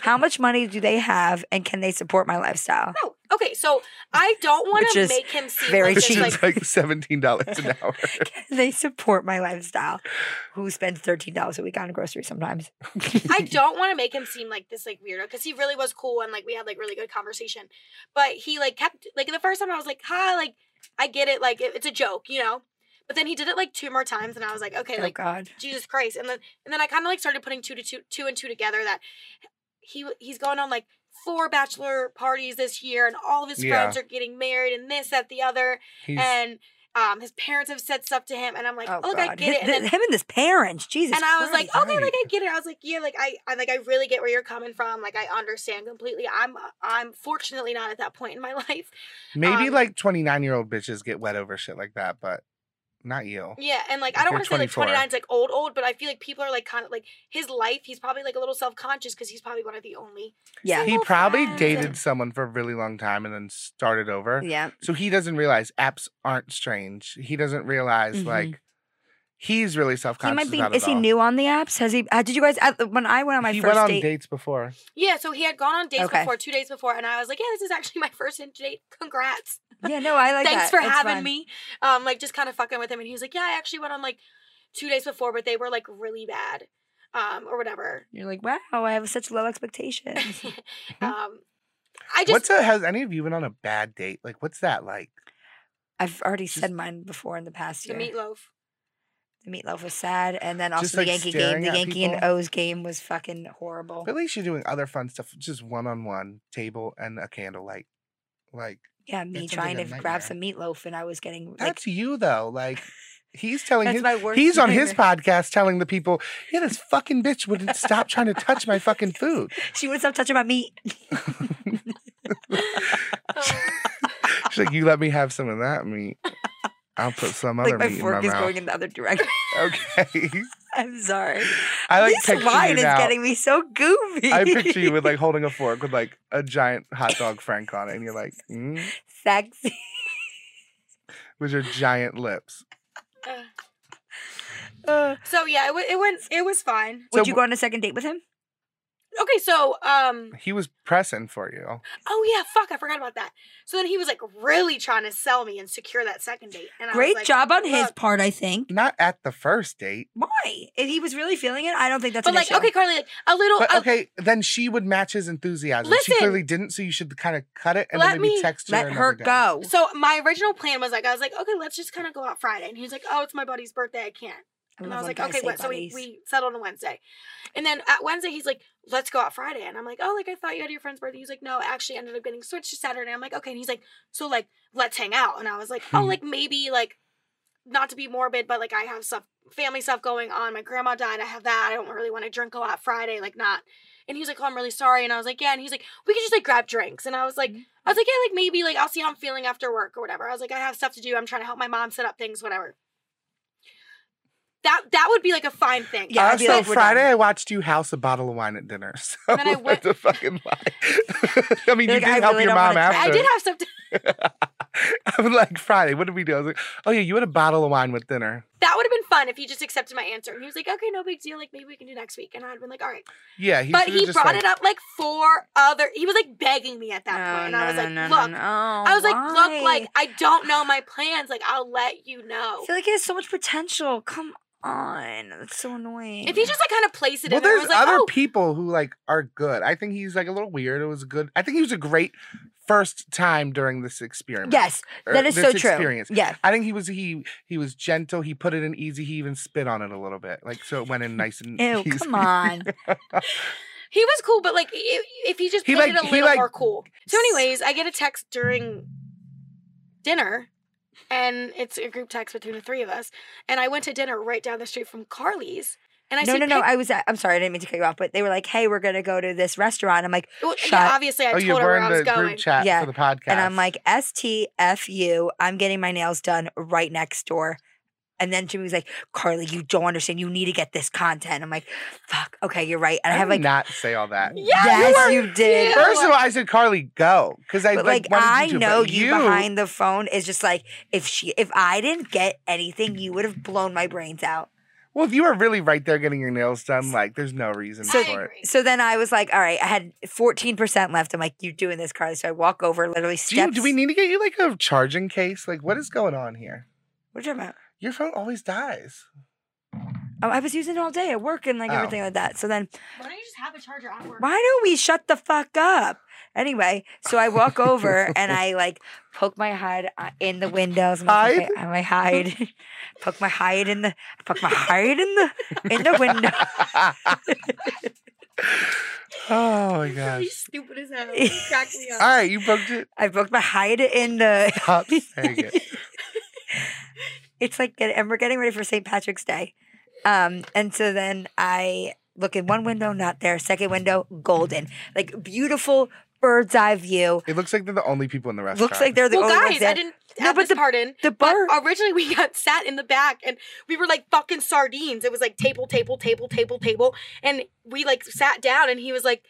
Speaker 3: How much money do they have, and can they support my lifestyle?
Speaker 2: No. Okay, so I don't want
Speaker 3: Which
Speaker 2: to
Speaker 3: is
Speaker 2: make him seem
Speaker 3: very
Speaker 2: like this,
Speaker 1: Which
Speaker 3: cheap.
Speaker 2: like,
Speaker 1: is like seventeen dollars an hour.
Speaker 3: Can they support my lifestyle? Who spends thirteen dollars a week on groceries sometimes?
Speaker 2: I don't want to make him seem like this like weirdo because he really was cool and like we had like really good conversation. But he like kept like the first time I was like, hi, like I get it, like it- it's a joke, you know. But then he did it like two more times and I was like, okay,
Speaker 3: Oh
Speaker 2: like
Speaker 3: God.
Speaker 2: Jesus Christ. And then and then I kind of like started putting two to two two and two together that he he's gone on like four bachelor parties this year and all of his friends are getting married and this that the other
Speaker 1: He's,
Speaker 2: and um his parents have said stuff to him and I'm like,
Speaker 3: Oh
Speaker 2: "Look,
Speaker 3: God.
Speaker 2: I get it."
Speaker 3: Him,
Speaker 2: And then
Speaker 3: him and his parents. Jesus.
Speaker 2: and I was like, "Oh,
Speaker 3: Christ.
Speaker 2: okay, like I get it. I was like, yeah, like I, I like I really get where you're coming from. Like I understand completely. I'm uh, I'm fortunately not at that point in my life.
Speaker 1: maybe
Speaker 2: um,
Speaker 1: like twenty nine year old bitches get wet over shit like that, but not you.
Speaker 2: Yeah, and like I don't
Speaker 1: You're
Speaker 2: want to say like
Speaker 1: 24.
Speaker 2: 29 is like old old, but I feel like people are like kind of like his life. He's probably like a little self conscious because he's probably one of the only.
Speaker 3: yeah,
Speaker 1: He
Speaker 2: Well,
Speaker 1: probably
Speaker 2: friends
Speaker 1: dated
Speaker 2: and-
Speaker 1: someone for a really long time and then started over.
Speaker 3: yeah.
Speaker 1: So he doesn't realize apps aren't strange. He doesn't realize
Speaker 3: Mhm.
Speaker 1: like he's really self
Speaker 3: He
Speaker 1: conscious.
Speaker 3: might be.
Speaker 1: About
Speaker 3: Is
Speaker 1: it
Speaker 3: he
Speaker 1: all.
Speaker 3: new on the apps? Has he? Uh, did you guys? Uh, when I went on my
Speaker 1: he
Speaker 3: first
Speaker 1: went on
Speaker 3: date,
Speaker 1: dates before.
Speaker 2: Yeah, so he had gone on dates
Speaker 3: Okay.
Speaker 2: before, two days before, and I was like, yeah, this is actually my first date. Congrats.
Speaker 3: yeah, no, I like.
Speaker 2: thanks
Speaker 3: that.
Speaker 2: for
Speaker 3: It's
Speaker 2: having
Speaker 3: fun.
Speaker 2: me. Um, like just kind of fucking with him, and he was like, yeah, I actually went on like two days before, but they were like really bad. um, or whatever.
Speaker 3: You're like, wow, I have such low expectations. Mm-hmm.
Speaker 2: um, I just
Speaker 1: What's a, has any of you been on a bad date? Like, what's that like?
Speaker 3: I've already
Speaker 1: Just-
Speaker 3: said mine before in the past
Speaker 2: the
Speaker 3: year.
Speaker 2: meatloaf.
Speaker 3: the meatloaf was sad, and then
Speaker 1: Just,
Speaker 3: also
Speaker 1: like,
Speaker 3: the Yankee game.
Speaker 1: staring
Speaker 3: The
Speaker 1: at
Speaker 3: Yankee and
Speaker 1: people?
Speaker 3: O's game was fucking horrible.
Speaker 1: But at least you're doing other fun stuff, just one on one table and a candlelight. Like
Speaker 3: Yeah, me
Speaker 1: It's a
Speaker 3: trying to
Speaker 1: bigger nightmare.
Speaker 3: grab some meatloaf, and I was getting like,
Speaker 1: that's you though. Like he's telling
Speaker 3: that's
Speaker 1: his
Speaker 3: my worst.
Speaker 1: he's on his
Speaker 3: nightmare.
Speaker 1: podcast telling the people, yeah, this fucking bitch wouldn't stop trying to touch my fucking food.
Speaker 3: She wouldn't stop touching my meat.
Speaker 2: Um,
Speaker 1: She's like, you let me have some of that meat. I'll put some other
Speaker 3: like my
Speaker 1: meat in my
Speaker 3: fork is
Speaker 1: mouth.
Speaker 3: going in the other direction.
Speaker 1: Okay.
Speaker 3: I'm sorry.
Speaker 1: I like
Speaker 3: this
Speaker 1: picture you
Speaker 3: wine is
Speaker 1: now.
Speaker 3: getting me so goofy.
Speaker 1: I picture you with like holding a fork with like a giant hot dog frank on it, and you're like, mm,
Speaker 3: sexy.
Speaker 1: with your giant lips.
Speaker 2: Uh,
Speaker 3: Uh,
Speaker 2: so yeah, it, w- it went. It was fine.
Speaker 1: So
Speaker 3: would you go on a second date with him?
Speaker 2: Okay, so um,
Speaker 1: He was pressing for you.
Speaker 2: oh yeah, fuck, I forgot about that. So then he was like really trying to sell me and secure that second date. And I was
Speaker 3: Great
Speaker 2: like,
Speaker 3: job on his
Speaker 2: "Look."
Speaker 3: part, I think.
Speaker 1: Not at the first date.
Speaker 3: Why? If he was really feeling it, I don't think that's
Speaker 2: But
Speaker 3: an
Speaker 2: like,
Speaker 3: issue.
Speaker 2: okay, Carly, like a little.
Speaker 1: But
Speaker 2: a-
Speaker 1: okay, then she would match his enthusiasm.
Speaker 2: Listen.
Speaker 1: she clearly didn't, so you should kind of cut it and
Speaker 2: Let
Speaker 1: then maybe
Speaker 2: me-
Speaker 1: text her.
Speaker 3: let
Speaker 1: another
Speaker 3: her
Speaker 1: day.
Speaker 3: go.
Speaker 2: So my original plan was like I was like, okay, let's just kind of go out Friday, and he was like, oh, it's my buddy's birthday, I can't.
Speaker 3: Oh,
Speaker 2: And I, was like, okay, what?
Speaker 3: what?
Speaker 2: So we, we settled on Wednesday. And then at Wednesday, he's like, let's go out Friday. And I'm like, oh, like I thought you had your friend's birthday. He's like, no, actually ended up getting switched to Saturday. I'm like, okay. And he's like, so like, let's hang out. And I was like, oh,
Speaker 1: Hmm.
Speaker 2: like maybe like, not to be morbid, but like I have stuff, family stuff going on. My grandma died. I have that. I don't really want to drink a lot Friday. Like not. And he's like, oh, I'm really sorry. And I was like, yeah. And he's like, we could just like grab drinks. And I was like, I was like, yeah, like maybe like I'll see how I'm feeling after work or whatever. I was like, I have stuff to do. I'm trying to help my mom set up things, whatever. That that would be like a fine thing.
Speaker 3: Yeah, I'd be
Speaker 1: also,
Speaker 3: like, we're done.
Speaker 1: Friday I watched you house a bottle of wine at dinner. So
Speaker 2: then I went-
Speaker 1: that's a fucking lie. I mean,
Speaker 3: You're
Speaker 1: you did
Speaker 3: like, I
Speaker 1: help
Speaker 3: really
Speaker 1: your
Speaker 3: don't
Speaker 1: mom
Speaker 3: wanna
Speaker 1: after.
Speaker 3: try.
Speaker 2: I did have stuff to
Speaker 1: I'm like, Friday, what did we do? I was like, oh yeah, you had a bottle of wine with dinner.
Speaker 2: that would have been fun if you just accepted my answer. And he was like, okay, no big deal. Like maybe we can do next week. And I'd been like, all right.
Speaker 1: Yeah,
Speaker 2: but
Speaker 1: should've
Speaker 2: he
Speaker 1: just,
Speaker 2: brought
Speaker 1: like-
Speaker 2: it up like four other he was like begging me at that point. And I was like, look. I was like, look, like I don't know my plans. Like I'll let you know.
Speaker 3: I feel like he has so much potential. Come on, that's so annoying.
Speaker 2: If he just like kind of placed it
Speaker 1: Well,
Speaker 2: in there, I
Speaker 1: there's
Speaker 2: was like,
Speaker 1: other
Speaker 2: oh,
Speaker 1: people who like are good. I think he's like a little weird. It was good. I think he was a great first time during this experiment.
Speaker 3: yes,
Speaker 1: or
Speaker 3: that is so
Speaker 1: Er, this
Speaker 3: true.
Speaker 1: Experience.
Speaker 3: Yeah,
Speaker 1: I think he was he he was gentle. He put it in easy. He even spit on it a little bit, like so it went in nice and
Speaker 3: ew,
Speaker 1: easy.
Speaker 3: come on.
Speaker 2: He was cool, but like if, if he just
Speaker 1: He,
Speaker 2: played
Speaker 1: like-
Speaker 2: it a
Speaker 1: he,
Speaker 2: little
Speaker 1: like-
Speaker 2: more cool. So, anyways, I get a text during dinner, and it's a group text between the three of us. And I went to dinner right down the street from Carly's, and I
Speaker 3: no,
Speaker 2: see
Speaker 3: no, no.
Speaker 2: pic-
Speaker 3: I was. I'm sorry, I didn't mean to cut you off, but they were like, "Hey, we're gonna go to this restaurant." I'm like,
Speaker 2: well,
Speaker 3: shut-
Speaker 2: yeah, obviously I
Speaker 1: oh,
Speaker 2: told
Speaker 1: you
Speaker 2: her
Speaker 1: were
Speaker 2: where
Speaker 1: in
Speaker 2: I
Speaker 1: the
Speaker 2: was going.
Speaker 1: group chat
Speaker 3: Yeah.
Speaker 1: for the podcast,
Speaker 3: and I'm like, "STFU, I'm getting my nails done right next door." And then Jimmy was like, "Carly, you don't understand. You need to get this content." I'm like, "Fuck, okay, you're right." And I,
Speaker 1: I
Speaker 3: have
Speaker 1: did
Speaker 3: like,
Speaker 1: not say all that.
Speaker 2: Yeah,
Speaker 3: "Yes,
Speaker 2: you
Speaker 3: you, did."
Speaker 2: cute.
Speaker 1: First of all, I said Carly go because I
Speaker 3: but
Speaker 1: like,
Speaker 3: like,
Speaker 1: wanted
Speaker 3: I
Speaker 1: you to, but
Speaker 3: know you, behind the phone is just like if she if I didn't get anything, you would have blown my brains out.
Speaker 1: Well, if you were really right there getting your nails done, like there's no reason
Speaker 2: So-
Speaker 1: for
Speaker 2: I
Speaker 1: it.
Speaker 2: agree.
Speaker 3: So then I was like, all right, I had 14% left. I'm like, you're doing this, Carly. So I walk over, literally
Speaker 1: Do, you,
Speaker 3: steps.
Speaker 1: do we need to get you like a charging case? Like, what is going on here?
Speaker 3: What are you talking about?
Speaker 1: Your phone always dies.
Speaker 3: Oh, I was using it all day at work and like
Speaker 1: Oh.
Speaker 3: everything like that. So then
Speaker 2: Why don't you just have the charger on? Work?
Speaker 3: why don't we shut the fuck up? Anyway, so I walk over and I like poke my head uh, in the windows. and I poke My, I hide, poke my hide in the, poke my hide in the, in the window.
Speaker 1: oh my
Speaker 2: Really
Speaker 1: gosh.
Speaker 2: stupid as hell. You cracked me
Speaker 1: All
Speaker 2: up.
Speaker 1: right, you booked it.
Speaker 3: I poked my hide in the.
Speaker 1: Stop saying it.
Speaker 3: It's like, get- and we're getting ready for St. Patrick's Day. Um, and so then I look in one window, not there. Second window, golden, like beautiful bird's eye view.
Speaker 1: It looks like they're the only people in the restaurant.
Speaker 3: Looks like they're the
Speaker 2: well,
Speaker 3: only
Speaker 2: guys,
Speaker 3: ones there.
Speaker 2: I didn't
Speaker 3: No,
Speaker 2: add
Speaker 3: but
Speaker 2: this
Speaker 3: the-
Speaker 2: part in.
Speaker 3: the
Speaker 2: But
Speaker 3: bar-
Speaker 2: originally, we got sat in the back, and we were like fucking sardines. It was like table, table, table, table, table, and we like sat down, and he was like,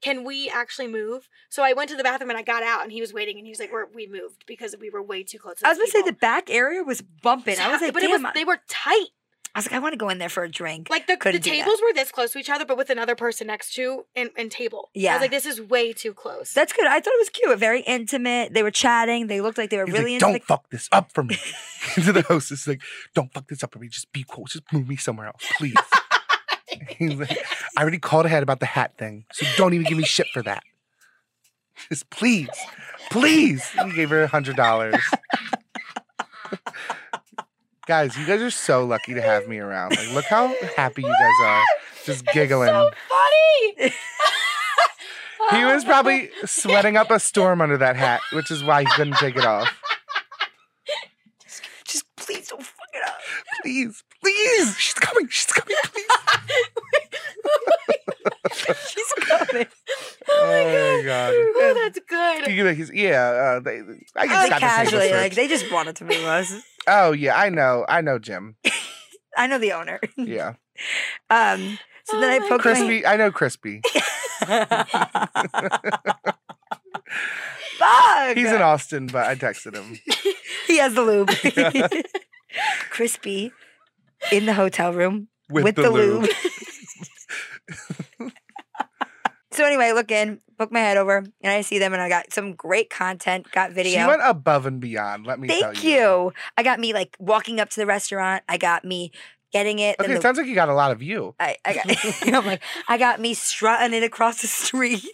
Speaker 2: "Can we actually move?" So I went to the bathroom and I got out, and he was waiting, and he was like, we're, "We moved because we were way too close." To
Speaker 3: I was
Speaker 2: these
Speaker 3: gonna say the
Speaker 2: people."
Speaker 3: back area was bumping. I was
Speaker 2: Yeah,
Speaker 3: like,
Speaker 2: but
Speaker 3: damn.
Speaker 2: it was,
Speaker 3: I
Speaker 2: they were tight.
Speaker 3: I was like, I want to go in there for a drink.
Speaker 2: Like the, the
Speaker 3: Couldn't do that.
Speaker 2: tables were this close to each other, but with another person next to and, and table. I
Speaker 3: Yeah.
Speaker 2: was like, "This is way too close."
Speaker 3: That's good. I thought it was cute. Very intimate. They were chatting. They looked like they were
Speaker 1: He's
Speaker 3: really
Speaker 1: like,
Speaker 3: into
Speaker 1: don't
Speaker 3: the
Speaker 1: fuck this up for me. to the hostess, like, don't fuck this up for me. Just be cool. Just move me somewhere else, please. He's like, I already called ahead about the hat thing, so don't even give me shit for that. Just please, please. We gave her a hundred dollars. guys, you guys are so lucky to have me around. Like, look how happy you guys are. Just giggling.
Speaker 2: so funny.
Speaker 1: He was probably sweating up a storm under that hat, which is why he couldn't take it off.
Speaker 3: Just please don't fuck it up.
Speaker 1: Please, please, she's coming, she's coming, please.
Speaker 3: She's coming.
Speaker 1: Oh my god.
Speaker 2: Ooh, that's good.
Speaker 1: You like his, yeah, uh, they, I can
Speaker 3: Like
Speaker 1: stop this
Speaker 3: casually,
Speaker 1: research.
Speaker 3: like they just wanted to move us.
Speaker 1: Oh yeah, I know, I know, Jim.
Speaker 3: I know the owner.
Speaker 1: Yeah,
Speaker 3: Um. So
Speaker 2: Oh
Speaker 3: then I
Speaker 2: my
Speaker 3: poked
Speaker 1: crispy. I know crispy.
Speaker 3: my. Fuck.
Speaker 1: He's in Austin, but I texted him.
Speaker 3: He has the lube. Crispy in the hotel room with, the, lube. so anyway, I look in, book my head over, and I see them, and I got some great content. Got video.
Speaker 1: She went above and beyond. Let me tell
Speaker 3: Thank you. I got me like walking up to the restaurant. I got me getting it. then
Speaker 1: Okay,
Speaker 3: the-
Speaker 1: it sounds like you got a lot of you.
Speaker 3: I, I got. I'm like, I got me strutting it across the street.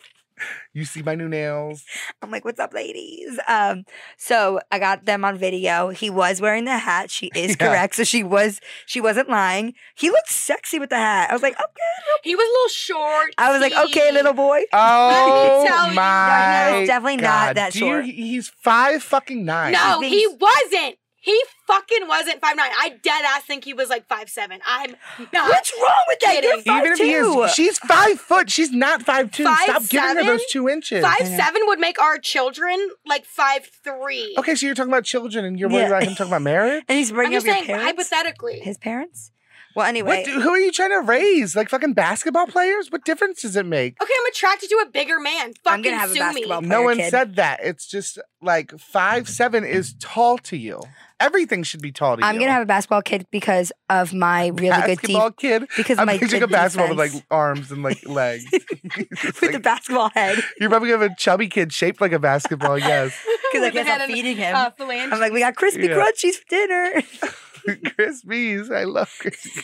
Speaker 1: You see my new nails.
Speaker 3: I'm like, what's up, ladies? Um, so I got them on video. He was wearing the hat. She is
Speaker 1: Yeah.
Speaker 3: correct. So she was she wasn't lying. He looked sexy with the hat. I was like, okay.
Speaker 2: He was a little short.
Speaker 3: I was like, okay,
Speaker 2: he-
Speaker 3: little boy.
Speaker 1: Oh
Speaker 2: tell you.
Speaker 1: my!
Speaker 3: No, he was definitely not
Speaker 1: God.
Speaker 3: that
Speaker 1: Do you-
Speaker 3: short.
Speaker 1: he- he's five fucking nine.
Speaker 2: No,
Speaker 3: He
Speaker 2: he
Speaker 3: thinks-
Speaker 2: wasn't. He fucking wasn't five nine. I dead ass think he was like five seven. I'm not.
Speaker 3: What's wrong with that? You're
Speaker 2: Kidding.
Speaker 3: five
Speaker 1: Even if
Speaker 3: two.
Speaker 1: he is, she's five foot. She's not five two.
Speaker 2: Five
Speaker 1: Stop giving her those
Speaker 2: seven?
Speaker 1: two inches.
Speaker 2: Five
Speaker 3: know.
Speaker 2: seven would make our children like five three.
Speaker 1: Okay, so you're talking about children, and you're worried
Speaker 3: Yeah.
Speaker 1: about him talking about marriage.
Speaker 3: and he's
Speaker 2: I'm
Speaker 3: bringing up
Speaker 2: just
Speaker 3: your
Speaker 2: saying
Speaker 3: parents.
Speaker 2: hypothetically.
Speaker 3: His parents. Well,
Speaker 1: What,
Speaker 3: anyway,
Speaker 1: do- who are you trying to raise? Like fucking basketball players? What difference does it make?
Speaker 2: Okay, I'm attracted to a bigger man. Fucking
Speaker 3: I'm gonna have a
Speaker 2: sue
Speaker 3: basketball
Speaker 2: me.
Speaker 3: player
Speaker 1: No one
Speaker 3: kid.
Speaker 1: said that. It's just like five seven is tall to you. Everything should be tall to
Speaker 3: I'm
Speaker 1: you.
Speaker 3: gonna have a basketball kid because of my really good
Speaker 1: basketball
Speaker 3: deep
Speaker 1: kid.
Speaker 3: because of
Speaker 1: I'm
Speaker 3: my
Speaker 1: picturing
Speaker 3: good
Speaker 1: a basketball with
Speaker 3: defense.
Speaker 1: like arms and like legs. It's
Speaker 3: with the
Speaker 1: like-
Speaker 3: basketball head
Speaker 1: you're probably gonna have a chubby kid shaped like a basketball. Yes,
Speaker 3: because I
Speaker 2: With a
Speaker 3: guess
Speaker 2: head
Speaker 3: I'm
Speaker 2: and,
Speaker 3: feeding him.
Speaker 2: uh, phalange.
Speaker 3: I'm like, we got crispy
Speaker 1: Yeah.
Speaker 3: crunchies for dinner.
Speaker 1: Crispies. I love Crispies.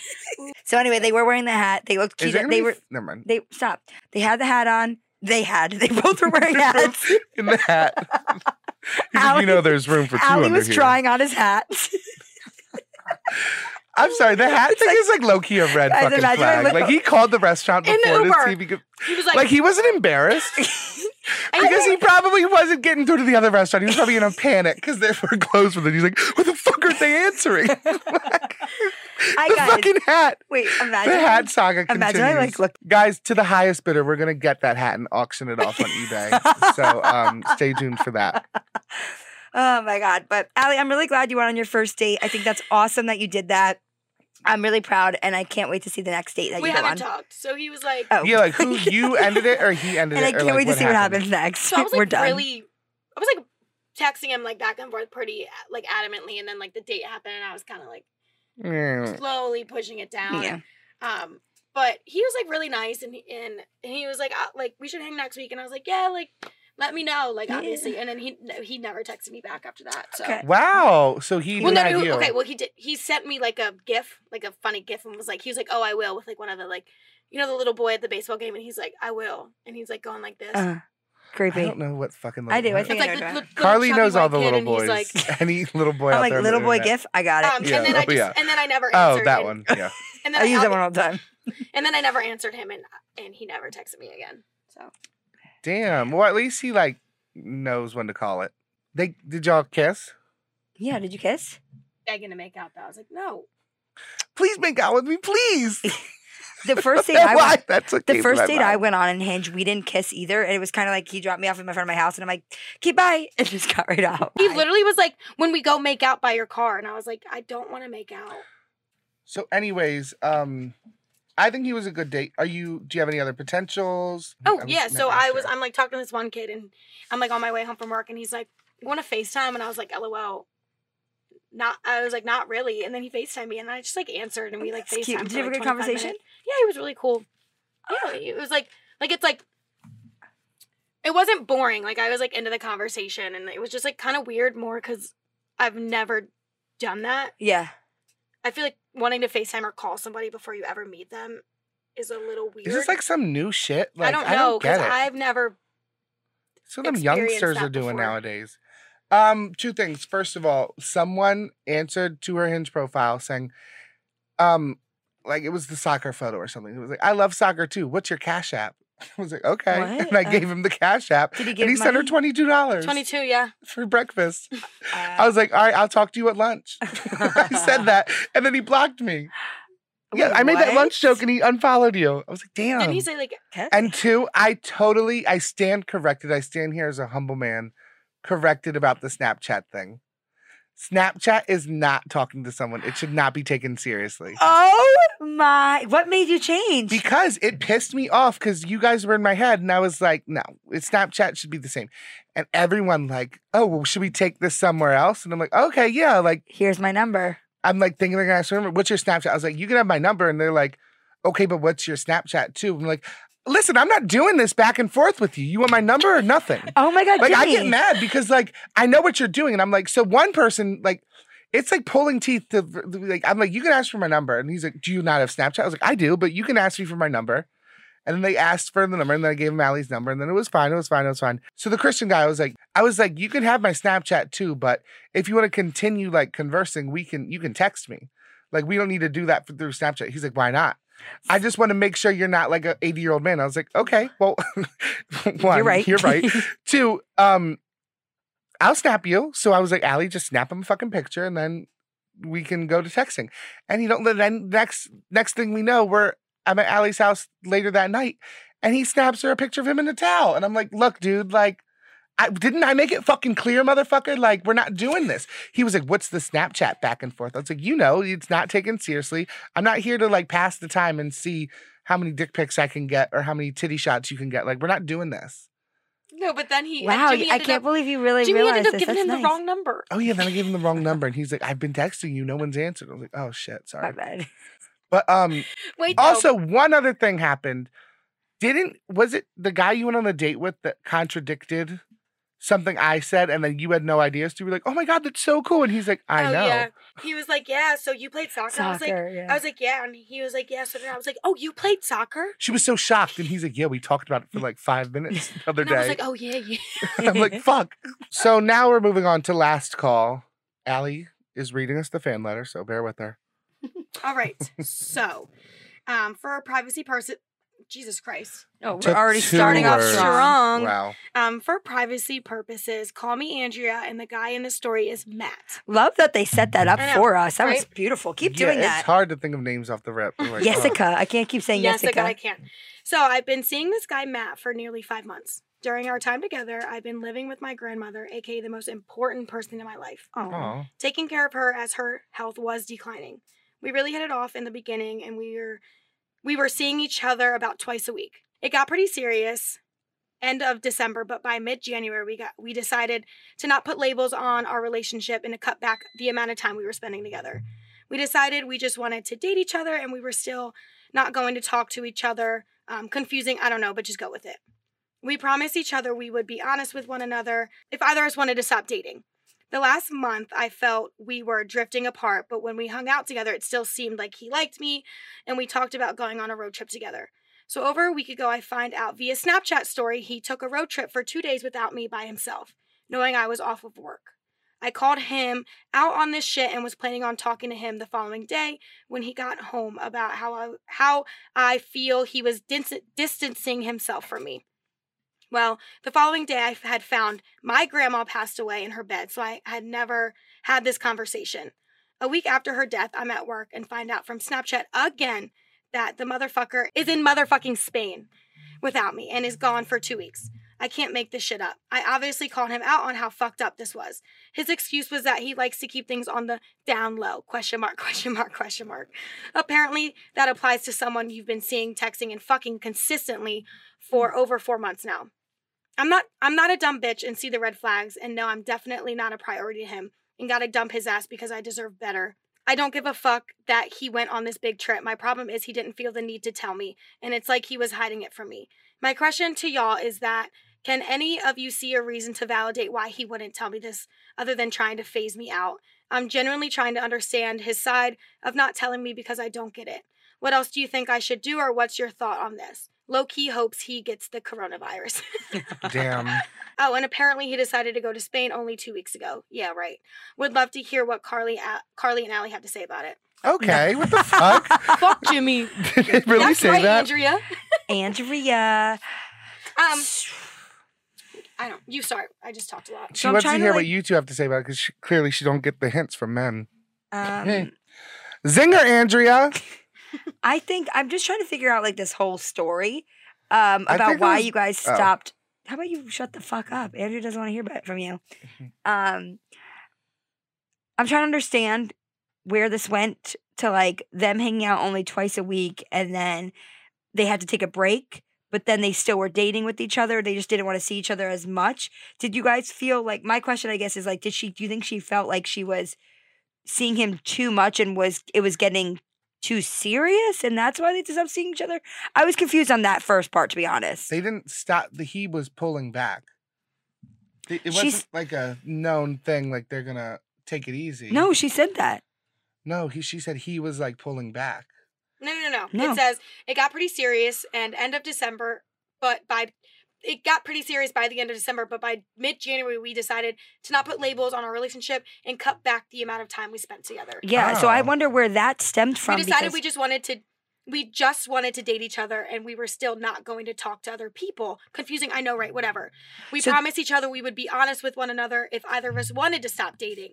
Speaker 3: So anyway, they were wearing the hat. They looked
Speaker 1: Is
Speaker 3: cute.
Speaker 1: there gonna
Speaker 3: They
Speaker 1: be-
Speaker 3: were
Speaker 1: never mind.
Speaker 3: they stop. They had the hat on. They had. They both were wearing hats.
Speaker 1: in the hat. He's like,
Speaker 3: Allie-
Speaker 1: you know, there's room for two
Speaker 3: Allie
Speaker 1: under
Speaker 3: was
Speaker 1: here.
Speaker 3: trying on his hat.
Speaker 1: I'm sorry, the hat thing is like low key a red
Speaker 3: Guys,
Speaker 1: fucking
Speaker 3: imagine I
Speaker 1: flag.
Speaker 3: look
Speaker 1: Like
Speaker 3: up-
Speaker 1: he called the restaurant
Speaker 2: In the
Speaker 1: before to
Speaker 2: Uber.
Speaker 1: see if he could.
Speaker 2: He was
Speaker 1: Like,
Speaker 2: like,
Speaker 1: he wasn't embarrassed
Speaker 2: I
Speaker 1: because he
Speaker 2: think-
Speaker 1: probably wasn't getting through to the other restaurant. He was probably in a panic because they were closed with it. He's like, "What the fuck are they answering?"
Speaker 3: I
Speaker 1: the
Speaker 3: guys,
Speaker 1: fucking hat.
Speaker 3: wait, imagine.
Speaker 1: The hat saga continues.
Speaker 3: Imagine I like look.
Speaker 1: Guys, to the highest bidder, we're gonna get that hat and auction it off on eBay. so um, stay tuned for that.
Speaker 3: Oh my god! But Allie, I'm really glad you went on your first date. I think that's awesome that you did that. I'm really proud, and I can't wait to see the next date that
Speaker 2: we
Speaker 3: you go on.
Speaker 2: haven't talked. So he was like,
Speaker 3: Oh,
Speaker 1: Yeah, like who you ended it or he ended
Speaker 3: and
Speaker 1: it.
Speaker 3: I
Speaker 1: or,
Speaker 3: can't
Speaker 1: like,
Speaker 3: wait to see what
Speaker 1: happened.
Speaker 3: happens next.
Speaker 2: so I was
Speaker 3: We're
Speaker 2: like
Speaker 3: done.
Speaker 2: really, I was like texting him like back and forth pretty like adamantly, and then like the date happened, and I was kind of like
Speaker 1: Mm.
Speaker 2: slowly pushing it down.
Speaker 3: yeah.
Speaker 2: Um, but he was like really nice, and and and he was like, uh, like we should hang next week, and I was like, yeah, like let me know, like
Speaker 3: Yeah.
Speaker 2: obviously, and then he no, he never texted me back after that. So.
Speaker 3: Okay.
Speaker 1: Mm. Wow. So he
Speaker 2: Well, no,
Speaker 1: had
Speaker 2: no,
Speaker 1: you.
Speaker 2: okay. Well, he did. He sent me like a gif, like a funny gif, and was like, he was like, "Oh, I will," with like one of the like, you know, the little boy at the baseball game, and he's like, "I will," and he's like going like this.
Speaker 3: Uh,
Speaker 1: I
Speaker 3: creepy.
Speaker 1: don't know what fucking.
Speaker 3: I do, I
Speaker 1: what-
Speaker 3: think
Speaker 2: it's like the,
Speaker 3: I know
Speaker 2: li- little
Speaker 1: Carly
Speaker 2: chubby
Speaker 1: knows all the
Speaker 2: white kid,
Speaker 1: little
Speaker 2: and he's
Speaker 1: boys.
Speaker 2: like,
Speaker 1: Any little boy.
Speaker 3: I'm
Speaker 1: out
Speaker 3: like
Speaker 1: there on the
Speaker 3: little boy
Speaker 1: internet.
Speaker 3: gif. I got it.
Speaker 2: um,
Speaker 1: Yeah,
Speaker 2: and then I
Speaker 1: oh,
Speaker 2: just,
Speaker 1: yeah.
Speaker 2: and then I never.
Speaker 1: Oh,
Speaker 2: answered,
Speaker 1: that
Speaker 2: and-
Speaker 1: one. Yeah.
Speaker 2: And then
Speaker 3: I
Speaker 2: I,
Speaker 3: use that
Speaker 2: I'll-
Speaker 3: one all the time.
Speaker 2: And then I never answered him, and and he never texted me again. So
Speaker 1: Damn. Well, at least he like knows when to call it. They did y'all kiss?
Speaker 3: Yeah, did you kiss?
Speaker 2: begging to make out, though, I was like, no.
Speaker 1: Please make out with me, please.
Speaker 3: The first date I
Speaker 1: Why?
Speaker 3: went,
Speaker 1: That's what
Speaker 3: the
Speaker 1: came to my
Speaker 3: first date I
Speaker 1: mind.
Speaker 3: went on in Hinge, we didn't kiss either, and it was kind of like he dropped me off in my front of my house, and I'm like, "Okay, bye," and just got right out.
Speaker 2: He literally was like, when we go make out by your car, and I was like, I don't want to make out.
Speaker 1: So, anyways, um, I think he was a good date. Are you? Do you have any other potentials?
Speaker 2: Oh
Speaker 1: I was
Speaker 2: yeah,
Speaker 1: never
Speaker 2: so I
Speaker 1: sure.
Speaker 2: was. I'm like talking to this one kid, and I'm like on my way home from work, and he's like, "You want to Facetime?" And I was like, "LOL." Not. I was like, "Not really." And then he Facetimed me, and I just like answered, and we like
Speaker 3: That's
Speaker 2: Facetimed.
Speaker 3: cute. Did
Speaker 2: for,
Speaker 3: you have a
Speaker 2: like,
Speaker 3: good
Speaker 2: 25
Speaker 3: conversation?
Speaker 2: minutes. Yeah, he was really cool. Yeah, it was like, like it's like. It wasn't boring. Like I was like into the conversation, and it was just like kind of weird more because I've never done that.
Speaker 3: Yeah,
Speaker 2: I feel like wanting to FaceTime or call somebody before you ever meet them is a little weird.
Speaker 1: Is this like some new shit? Like
Speaker 2: I don't know
Speaker 1: get
Speaker 2: because
Speaker 1: it.
Speaker 2: I've never.
Speaker 1: So them
Speaker 2: experienced
Speaker 1: youngsters
Speaker 2: that
Speaker 1: are doing
Speaker 2: before.
Speaker 1: nowadays. Um, two things. First of all, someone answered to her hinge profile saying, um, like it was the soccer photo or something. It was like, I love soccer too. What's your cash app? I was like, okay.
Speaker 3: What?
Speaker 1: And I
Speaker 3: Uh,
Speaker 1: gave him the cash app.
Speaker 3: Did he give
Speaker 1: And he sent her
Speaker 3: money?
Speaker 1: twenty two dollars
Speaker 2: Twenty two, yeah.
Speaker 1: for breakfast.
Speaker 3: Uh,
Speaker 1: I was like, all right, I'll talk to you at lunch. I said that. And then he blocked me. Yeah,
Speaker 3: wait,
Speaker 1: I made that lunch
Speaker 3: what?
Speaker 1: joke and he unfollowed you. I was like, damn.
Speaker 3: Oh.
Speaker 2: Didn't he say like
Speaker 3: Okay.
Speaker 1: And two, I totally, I stand corrected. I stand here as a humble man, corrected about the Snapchat thing. Snapchat is not talking to someone. It should not be taken seriously.
Speaker 3: oh my! What made you change?
Speaker 1: Because it pissed me off because you guys were in my head and I was like, no, it- Snapchat should be the same. And everyone like, oh, well, should we take this somewhere else? And I'm like, okay, yeah. Like,
Speaker 3: Here's my number.
Speaker 1: I'm like thinking they're gonna ask, me, what's your Snapchat? I was like, you can have my number. And they're like, okay, but what's your Snapchat too? I'm like, listen, I'm not doing this back and forth with you. You want my number or nothing?
Speaker 3: Oh my god!
Speaker 1: like I get
Speaker 3: Jimmy.
Speaker 1: mad because like I know what you're doing, and I'm like, so one person like. It's like pulling teeth to like I'm like, you can ask for my number. And he's like, Do you not have Snapchat? I was like, I do, but you can ask me for my number. And then they asked for the number and then I gave him Allie's number and then it was fine, it was fine, it was fine. So the Christian guy was like, I was like, you can have my Snapchat too, but if you want to continue like conversing, we can you can text me. Like we don't need to do that for, through Snapchat. He's like, why not? I just want to make sure you're not like an 80 year old man. I was like, okay, well, one,
Speaker 3: You're right.
Speaker 1: You're right. Two, um, I'll snap you. So I was like, Allie, just snap him a fucking picture and then we can go to texting. And he don't then next next thing we know, we're I'm at Allie's house later that night and he snaps her a picture of him in a towel. And I'm like, look, dude, like I didn't I make it fucking clear, motherfucker? Like, we're not doing this. He was like, What's the Snapchat back and forth? I was like, you know, it's not taken seriously. I'm not here to like pass the time and see how many dick pics I can get or how many titty shots you can get. Like, we're not doing this.
Speaker 2: no, but then he.
Speaker 3: Wow!
Speaker 2: Jimmy
Speaker 3: I
Speaker 2: ended
Speaker 3: can't
Speaker 2: up,
Speaker 3: believe you really
Speaker 2: Jimmy
Speaker 3: realized
Speaker 2: ended up
Speaker 3: this.
Speaker 2: giving
Speaker 3: That's
Speaker 2: him
Speaker 3: nice.
Speaker 2: the wrong number.
Speaker 1: Oh yeah, then I gave him the wrong number, and he's like, "I've been texting you, no one's answered." I was like, "Oh shit,
Speaker 3: My
Speaker 1: sorry."
Speaker 3: bad.
Speaker 1: But um,
Speaker 2: Wait, no.
Speaker 1: also one other thing happened. Didn't was it the guy you went on a date with that contradicted something I said, and then you had no idea? So you were like, "Oh my god, that's so cool," and he's like, "I
Speaker 2: oh,
Speaker 1: know."
Speaker 2: Yeah. He was like, yeah. So you played soccer. I was like,
Speaker 3: Soccer. yeah.
Speaker 2: I was like, yeah, and he was like, yeah. So then I was like, oh, you played soccer.
Speaker 1: She was so shocked, and he's like, "Yeah, we talked about it for like five minutes the other
Speaker 2: And
Speaker 1: day."
Speaker 2: I was like, oh yeah, yeah.
Speaker 1: I'm like, fuck. So now we're moving on to last call. Allie is reading us the fan letter, so bear with her.
Speaker 2: All right. So, um, for a privacy person, Jesus Christ,
Speaker 3: oh, we're
Speaker 1: Took
Speaker 3: already
Speaker 1: two
Speaker 3: starting off
Speaker 1: words.
Speaker 3: strong.
Speaker 2: strong.
Speaker 1: Wow.
Speaker 2: Um, for privacy purposes, call me Andrea, and the guy in the story is Matt.
Speaker 3: Love that they set that up
Speaker 2: I know,
Speaker 3: for us. That was
Speaker 2: right?
Speaker 3: beautiful. Keep
Speaker 1: Yeah,
Speaker 3: doing
Speaker 1: It's
Speaker 3: that.
Speaker 1: hard to think of names off the rip. I'm like, oh.
Speaker 3: Jessica. I can't keep saying
Speaker 2: Yes,
Speaker 3: Jessica.
Speaker 2: I can. So I've been seeing this guy Matt for nearly five months. During our time together, I've been living with my grandmother, aka the most important person in my life.
Speaker 3: Oh.
Speaker 1: Aw.
Speaker 2: taking care of her as her health was declining. We really hit it off in the beginning and we were we were seeing each other about twice a week. It got pretty serious end of December, but by mid-January we got we decided to not put labels on our relationship and to cut back the amount of time we were spending together. We decided we just wanted to date each other and we were still not going to talk to each other. Um, confusing, I don't know, but just go with it. We promised each other we would be honest with one another if either of us wanted to stop dating. The last month, I felt we were drifting apart, but when we hung out together, it still seemed like he liked me, and we talked about going on a road trip together. So, over a week ago, I find out via Snapchat story he took a road trip for two days without me by himself, knowing I was off of work. I called him out on this shit and was planning on talking to him the following day when he got home about how I, how I feel he was dis- distancing himself from me. Well, the following day, I f- had found my grandma passed away in her bed, so I had never had this conversation. A week after her death, I'm at work and find out from Snapchat again that the motherfucker is in motherfucking Spain without me and is gone for two weeks. I can't make this shit up. I obviously called him out on how fucked up this was. His excuse was that he likes to keep things on the down low. Question mark, question mark, question mark. Apparently, that applies to someone you've been seeing, texting, and fucking consistently for over four months now. I'm not I'm not a dumb bitch and see the red flags and no I'm definitely not a priority to him and gotta dump his ass because I deserve better. I don't give a fuck that he went on this big trip. My problem is he didn't feel the need to tell me and it's like he was hiding it from me. My question to y'all is that can any of you see a reason to validate why he wouldn't tell me this other than trying to phase me out? I'm genuinely trying to understand his side of not telling me because I don't get it. What else do you think I should do, or what's your thought on this? Low key hopes he gets the coronavirus.
Speaker 1: Damn.
Speaker 2: oh, and apparently he decided to go to Spain only two weeks ago. Yeah, right. Would love to hear what Carly, a- Carly and Allie have to say about it.
Speaker 1: Okay, what the fuck?
Speaker 2: Fuck Jimmy.
Speaker 1: Did they really
Speaker 2: That's
Speaker 1: say
Speaker 2: right,
Speaker 1: that?
Speaker 2: Andrea.
Speaker 3: Andrea.
Speaker 2: Um, I don't. You start. I just talked a lot.
Speaker 1: She
Speaker 3: So I'm
Speaker 1: wants to
Speaker 3: trying to,
Speaker 1: hear what
Speaker 3: like-
Speaker 1: you two have to say about it because clearly she don't get the hints from men.
Speaker 3: um,
Speaker 1: Zinger, Andrea.
Speaker 3: I think I'm just trying to figure out like this whole story um,
Speaker 1: I
Speaker 3: about
Speaker 1: think it
Speaker 3: why
Speaker 1: was-
Speaker 3: you guys
Speaker 1: oh.
Speaker 3: stopped. How about you shut the fuck up? Andrew doesn't want to hear about it from you.
Speaker 1: Mm-hmm.
Speaker 3: Um, I'm trying to understand where this went to like them hanging out only twice a week and then they had to take a break, but then they still were dating with each other. They just didn't want to see each other as much. Did you guys feel like my question, I guess, is like, did she, do you think she felt like she was seeing him too much and was, it was getting too serious and that's why they just stopped seeing each other? I was confused on that first part, to be honest.
Speaker 1: They didn't stop. The he was pulling back. It, it
Speaker 3: She's-
Speaker 1: wasn't like a known thing. Like they're gonna take it easy.
Speaker 3: No, she said that.
Speaker 1: no. He she said he was like pulling back.
Speaker 2: No, no, no, no.
Speaker 3: No.
Speaker 2: It says it got pretty serious and end of December, but by it got pretty serious by the end of December, but by mid January we decided to not put labels on our relationship and cut back the amount of time we spent together.
Speaker 3: Yeah. So I
Speaker 1: Oh.
Speaker 3: wonder where that stemmed from.
Speaker 2: we decided
Speaker 3: because-
Speaker 2: we just wanted to we just wanted to date each other and we were still not going to talk to other people. Confusing, I know, right? Whatever. We
Speaker 3: So-
Speaker 2: promised each other we would be honest with one another if either of us wanted to stop dating.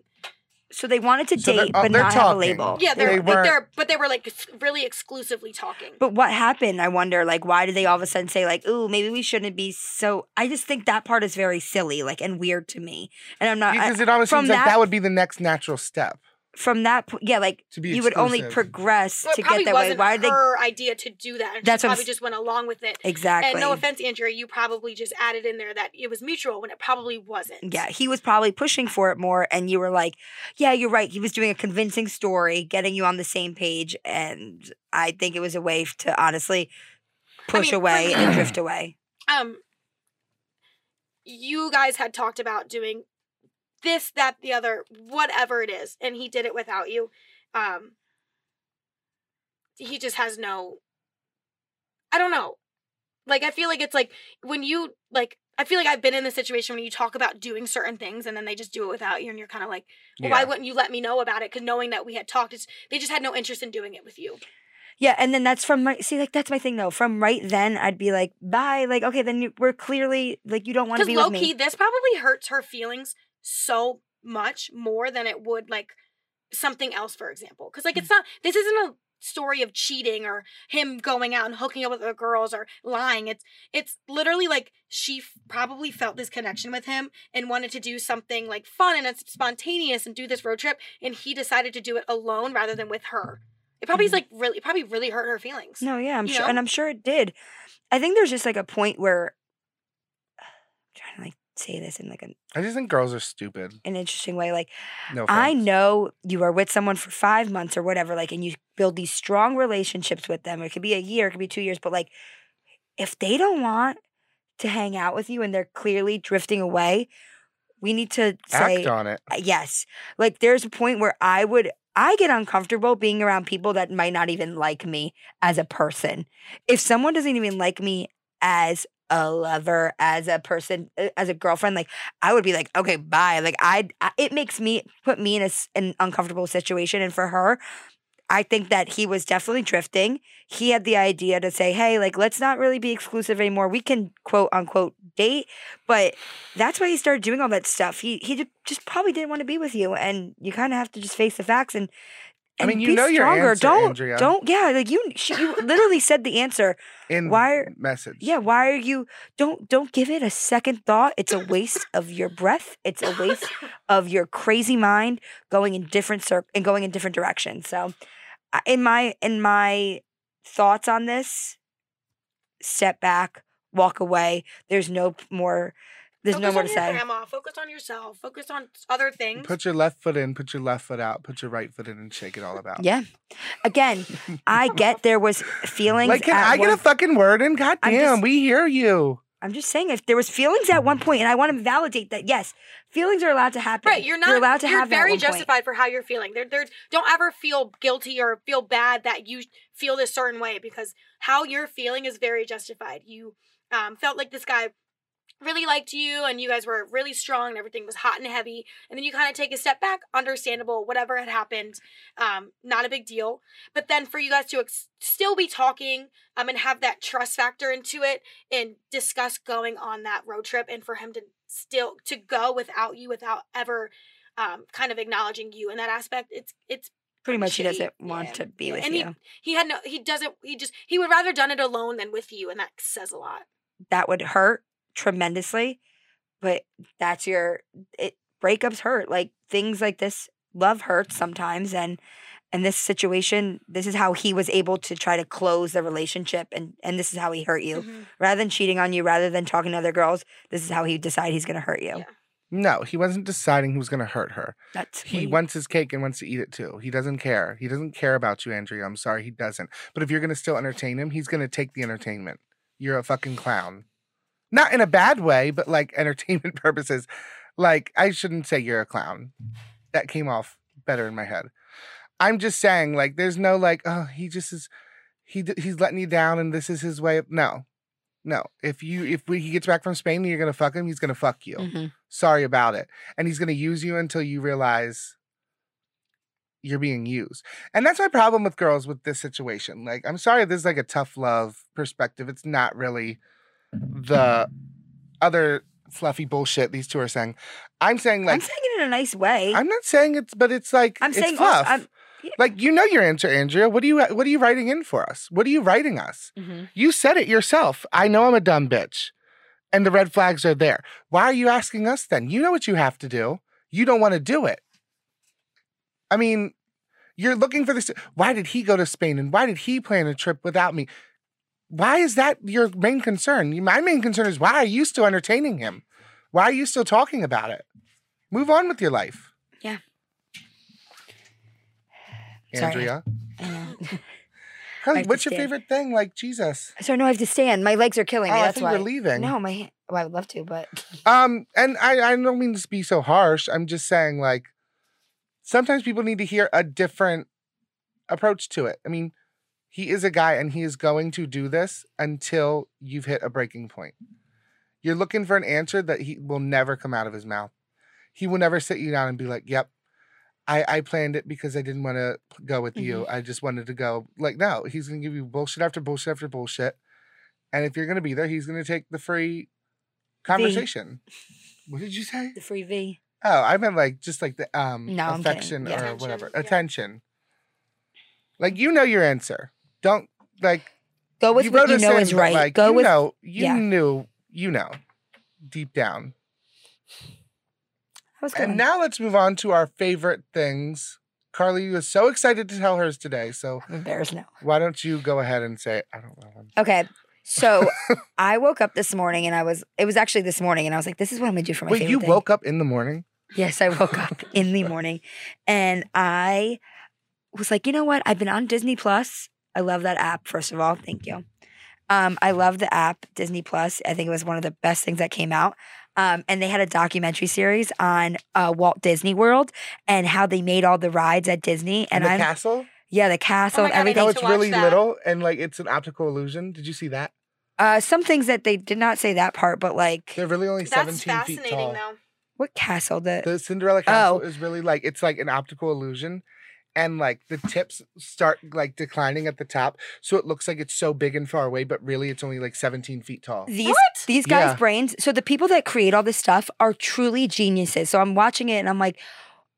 Speaker 3: So they wanted to
Speaker 1: So they're-
Speaker 3: date,
Speaker 1: uh,
Speaker 3: but
Speaker 1: they're
Speaker 3: not have a
Speaker 1: talking.
Speaker 3: label.
Speaker 2: Yeah, they're,
Speaker 1: They
Speaker 2: but
Speaker 1: weren't-
Speaker 2: they're but they were like really exclusively talking.
Speaker 3: But what happened? I wonder. Like, why did they all of a sudden say, like, "Ooh, maybe we shouldn't be so"? I just think that part is very silly, like, and weird to me. And I'm not I-
Speaker 1: Because it almost
Speaker 3: from
Speaker 1: seems like
Speaker 3: that-
Speaker 1: that would be the next natural step
Speaker 3: from that. po- Yeah, like
Speaker 1: to be.
Speaker 3: you would only
Speaker 1: exclusive.
Speaker 3: progress
Speaker 2: Well, it
Speaker 3: to
Speaker 2: probably
Speaker 3: get that way.
Speaker 2: wasn't
Speaker 3: Why did they?
Speaker 2: her idea to do that. And
Speaker 3: That's
Speaker 2: she
Speaker 3: what I'm
Speaker 2: probably
Speaker 3: s-
Speaker 2: just went along with it.
Speaker 3: Exactly.
Speaker 2: And no offense, Andrea, you probably just added in there that it was mutual when it probably wasn't.
Speaker 3: Yeah, he was probably pushing for it more, and you were like, "Yeah, you're right." He was doing a convincing story, getting you on the same page, and I think it was a way f- to honestly push
Speaker 2: mean, for
Speaker 3: away and
Speaker 2: me-
Speaker 3: drift away.
Speaker 2: Um, you guys had talked about doing this, that, the other, whatever it is, and he did it without you. Um, he just has no. I don't know. Like I feel like it's like when you like. I feel like I've been in the situation when you talk about doing certain things and then they just do it without you, and you're kind of like. Well, Why
Speaker 1: Yeah.
Speaker 2: wouldn't you let me know about it? Because knowing that we had talked, it's, they just had no interest in doing it with you.
Speaker 3: Yeah, and then that's from my see, like that's my thing though. From right then, I'd be like, bye. Like, okay, then you, we're clearly like you don't want to
Speaker 2: Because
Speaker 3: be
Speaker 2: low
Speaker 3: with
Speaker 2: key,
Speaker 3: me.
Speaker 2: this probably hurts her feelings so much more than it would like something else, for example. Because like it's
Speaker 3: Mm.
Speaker 2: not this isn't a story of cheating or him going out and hooking up with other girls or lying. It's it's literally like she f- probably felt this connection with him and wanted to do something like fun and it's spontaneous and do this road trip, and he decided to do it alone rather than with her. It probably is like really, it probably really hurt her feelings.
Speaker 3: Mm-hmm. No, yeah, I'm
Speaker 2: you
Speaker 3: sure,
Speaker 2: know?
Speaker 3: and I'm sure it did. I think there's just like a point where I'm trying to like say this in like an,
Speaker 1: I just think girls are stupid.
Speaker 3: an interesting way. Like,
Speaker 1: No,
Speaker 3: I
Speaker 1: offense.
Speaker 3: know you are with someone for five months or whatever, like, and you build these strong relationships with them. It could be a year, it could be two years, but like, if they don't want to hang out with you and they're clearly drifting away, we need to say,
Speaker 1: Act on it.
Speaker 3: Uh, Yes. Like there's a point where I would I get uncomfortable being around people that might not even like me as a person. If someone doesn't even like me as a lover, as a person, uh, as a girlfriend, like I would be like, okay, bye. Like I, I it makes me put me in a, s- an uncomfortable situation. And for her, I think that he was definitely drifting. He had the idea to say, hey, like let's not really be exclusive anymore. We can quote unquote date, but that's why he started doing all that stuff. He he ju- just probably didn't want to be with you, and you kind of have to just face the facts and.
Speaker 1: I
Speaker 3: and
Speaker 1: mean, you
Speaker 3: be
Speaker 1: know your
Speaker 3: stronger.
Speaker 1: answer,
Speaker 3: don't
Speaker 1: Andrea.
Speaker 3: don't yeah. Like you, she, you literally said the answer.
Speaker 1: In
Speaker 3: why are-
Speaker 1: message?
Speaker 3: Yeah, why are you? Don't don't give it a second thought. It's a waste of your breath. It's a waste of your crazy mind going in different cir- and going in different directions. So, I- in my in my thoughts on this, step back, walk away. There's no p- more. There's
Speaker 2: focus
Speaker 3: no more
Speaker 2: on
Speaker 3: to
Speaker 2: your
Speaker 3: say.
Speaker 2: grandma. Focus on yourself. Focus on other
Speaker 3: Mm-hmm.
Speaker 2: things.
Speaker 1: Put your left foot in. Put your left foot out. Put your right foot in and shake it all about.
Speaker 3: Yeah. Again, I get there was feelings.
Speaker 1: Like, can
Speaker 3: at
Speaker 1: I get
Speaker 3: one-
Speaker 1: a fucking word in? God
Speaker 3: I'm
Speaker 1: damn,
Speaker 3: just-
Speaker 1: we hear you.
Speaker 3: I'm just saying, if there was feelings at one point, and I want to validate that, yes, feelings are allowed to happen.
Speaker 2: Right, you're not.
Speaker 3: You're allowed to
Speaker 2: you're
Speaker 3: have that at
Speaker 2: very
Speaker 3: one point.
Speaker 2: justified for how you're feeling. There, there. Don't ever feel guilty or feel bad that you feel this certain way because how you're feeling is very justified. You um, felt like this guy really liked you, and you guys were really strong, and everything was hot and heavy. And then you kind of take a step back. Understandable, whatever had happened, um, not a big deal. But then for you guys to ex- still be talking, um, and have that trust factor into it, and discuss going on that road trip, and for him to still to go without you, without ever um, kind of acknowledging you in that aspect. It's it's
Speaker 3: Pretty much, he
Speaker 2: shitty.
Speaker 3: doesn't want
Speaker 2: Yeah.
Speaker 3: to be
Speaker 2: Yeah,
Speaker 3: with
Speaker 2: and
Speaker 3: you.
Speaker 2: he had no he doesn't he just he would rather done it alone than with you, and that says a lot.
Speaker 3: that would hurt tremendously, but that's your it. Breakups hurt. Like things like this, love hurts sometimes, and and this situation, this is how he was able to try to close the relationship, and and this is how he hurt you.
Speaker 2: Mm-hmm.
Speaker 3: Rather than cheating on you, rather than talking to other girls, this is how he decided he's gonna hurt you.
Speaker 2: Yeah.
Speaker 1: No, he wasn't deciding who was going to hurt her.
Speaker 3: That's
Speaker 1: He
Speaker 3: weak.
Speaker 1: wants his cake and wants to eat it too. He doesn't care. He doesn't care about you, Andrea. I'm sorry, he doesn't. But if you're going to still entertain him, he's going to take the entertainment. You're a fucking clown. Not in a bad way, but like entertainment purposes. Like, I shouldn't say you're a clown. That came off better in my head. I'm just saying, like, there's no like, oh, he just is, he d- he's letting you down, and this is his way. Of, no, no. If you if we, he gets back from Spain and you're gonna fuck him, he's gonna fuck you
Speaker 2: Mm-hmm.
Speaker 3: Mhm.
Speaker 1: sorry about it. And he's going to use you until you realize you're being used. And that's my problem with girls with this situation. Like, I'm sorry, this is like a tough love perspective. It's not really the other fluffy bullshit these two are saying. I'm saying,
Speaker 3: I'm
Speaker 1: like,
Speaker 3: saying it in a nice way.
Speaker 1: I'm, not saying it's, but it's like,
Speaker 3: I'm
Speaker 1: it's
Speaker 3: saying also-
Speaker 1: fluff.
Speaker 3: I'm- yeah.
Speaker 1: Like you know your answer, Andrea. What do you what are you writing in for us? What are you writing us? You said it yourself. I know I'm a dumb bitch. And the red flags are there. Why are you asking us then? You know what you have to do. You don't want to do it. I mean, you're looking for this. Why did he go to Spain and why did he plan a trip without me? Why is that your main concern? My main concern is why are you still entertaining him? Why are you still talking about it? Move on with your life.
Speaker 3: Yeah. Sorry.
Speaker 1: Andrea.
Speaker 3: I
Speaker 2: Mm-hmm.
Speaker 3: know.
Speaker 1: Carly,
Speaker 3: have to
Speaker 1: what's your
Speaker 3: stand.
Speaker 1: favorite thing? Like Jesus.
Speaker 3: So no, I have to stand. My legs are killing
Speaker 1: oh,
Speaker 3: me.
Speaker 1: I
Speaker 3: That's
Speaker 1: think
Speaker 3: why.
Speaker 1: we're leaving.
Speaker 3: No, my. hand- Well, I would love to, but
Speaker 1: Um, and I, I don't mean to be so harsh. I'm just saying, like, sometimes people need to hear a different approach to it. I mean, he is a guy and he is going to do this until you've hit a breaking point. You're looking for an answer that he will never come out of his mouth. He will never sit you down and be like, yep. I, I planned it because I didn't want to go with you. I just wanted to go. Like, no, he's going to give you bullshit after bullshit after bullshit. And if you're going to be there, he's going to take the free conversation. What did you say?
Speaker 3: the free V.
Speaker 1: Oh, I meant like just like the um
Speaker 3: No, I'm kidding.
Speaker 1: affection
Speaker 3: Yeah.
Speaker 1: or
Speaker 2: Attention,
Speaker 1: whatever
Speaker 2: yeah.
Speaker 1: attention. Like you know your answer. Don't like
Speaker 3: Go with
Speaker 1: you
Speaker 3: what
Speaker 1: wrote
Speaker 3: you
Speaker 1: us
Speaker 3: know
Speaker 1: in,
Speaker 3: is
Speaker 1: but,
Speaker 3: right.
Speaker 1: Like,
Speaker 3: Go
Speaker 1: you
Speaker 3: with
Speaker 1: know, you
Speaker 3: yeah.
Speaker 1: knew you know deep down.
Speaker 3: That was good.
Speaker 1: And now let's move on to our favorite things. Carly was so excited to tell hers today, so
Speaker 3: I'm embarrassed now.
Speaker 1: why don't you go ahead and say I don't know. them."
Speaker 3: Okay. So I woke up this morning and I was, it was actually this morning and I was like, this is what I'm going to do for my
Speaker 1: Wait,
Speaker 3: favorite
Speaker 1: you
Speaker 3: thing.
Speaker 1: woke up in the morning?
Speaker 3: Yes, I woke up in the morning and I was like, you know what? I've been on Disney Plus. I love that app, first of all. Thank you. Um, I love the app, Disney Plus. I think it was one of the best things that came out. Um, and they had a documentary series on uh, Walt Disney World and how they made all the rides at Disney.
Speaker 1: In
Speaker 3: And
Speaker 1: the Oh
Speaker 3: I'm,
Speaker 1: castle?
Speaker 3: yeah, the castle
Speaker 2: my
Speaker 3: and
Speaker 2: God, I
Speaker 3: everything.
Speaker 1: How
Speaker 2: need to
Speaker 1: it's
Speaker 2: watch
Speaker 1: really
Speaker 2: that.
Speaker 1: little and like it's an optical illusion. Did you see that?
Speaker 3: Uh, some things that they did not say that part, but like
Speaker 1: They're really only
Speaker 2: That's
Speaker 1: seventeen feet
Speaker 2: fascinating,
Speaker 1: tall.
Speaker 2: though.
Speaker 3: what castle? The,
Speaker 1: The Cinderella castle
Speaker 3: Oh.
Speaker 1: is really like it's like an optical illusion, and like the tips start like declining at the top, so it looks like it's so big and far away, but really it's only like 17 feet tall.
Speaker 3: these
Speaker 2: What? Oh
Speaker 3: these guys'
Speaker 1: Yeah.
Speaker 3: brains. So the people that create all this stuff are truly geniuses. So I'm watching it and I'm like,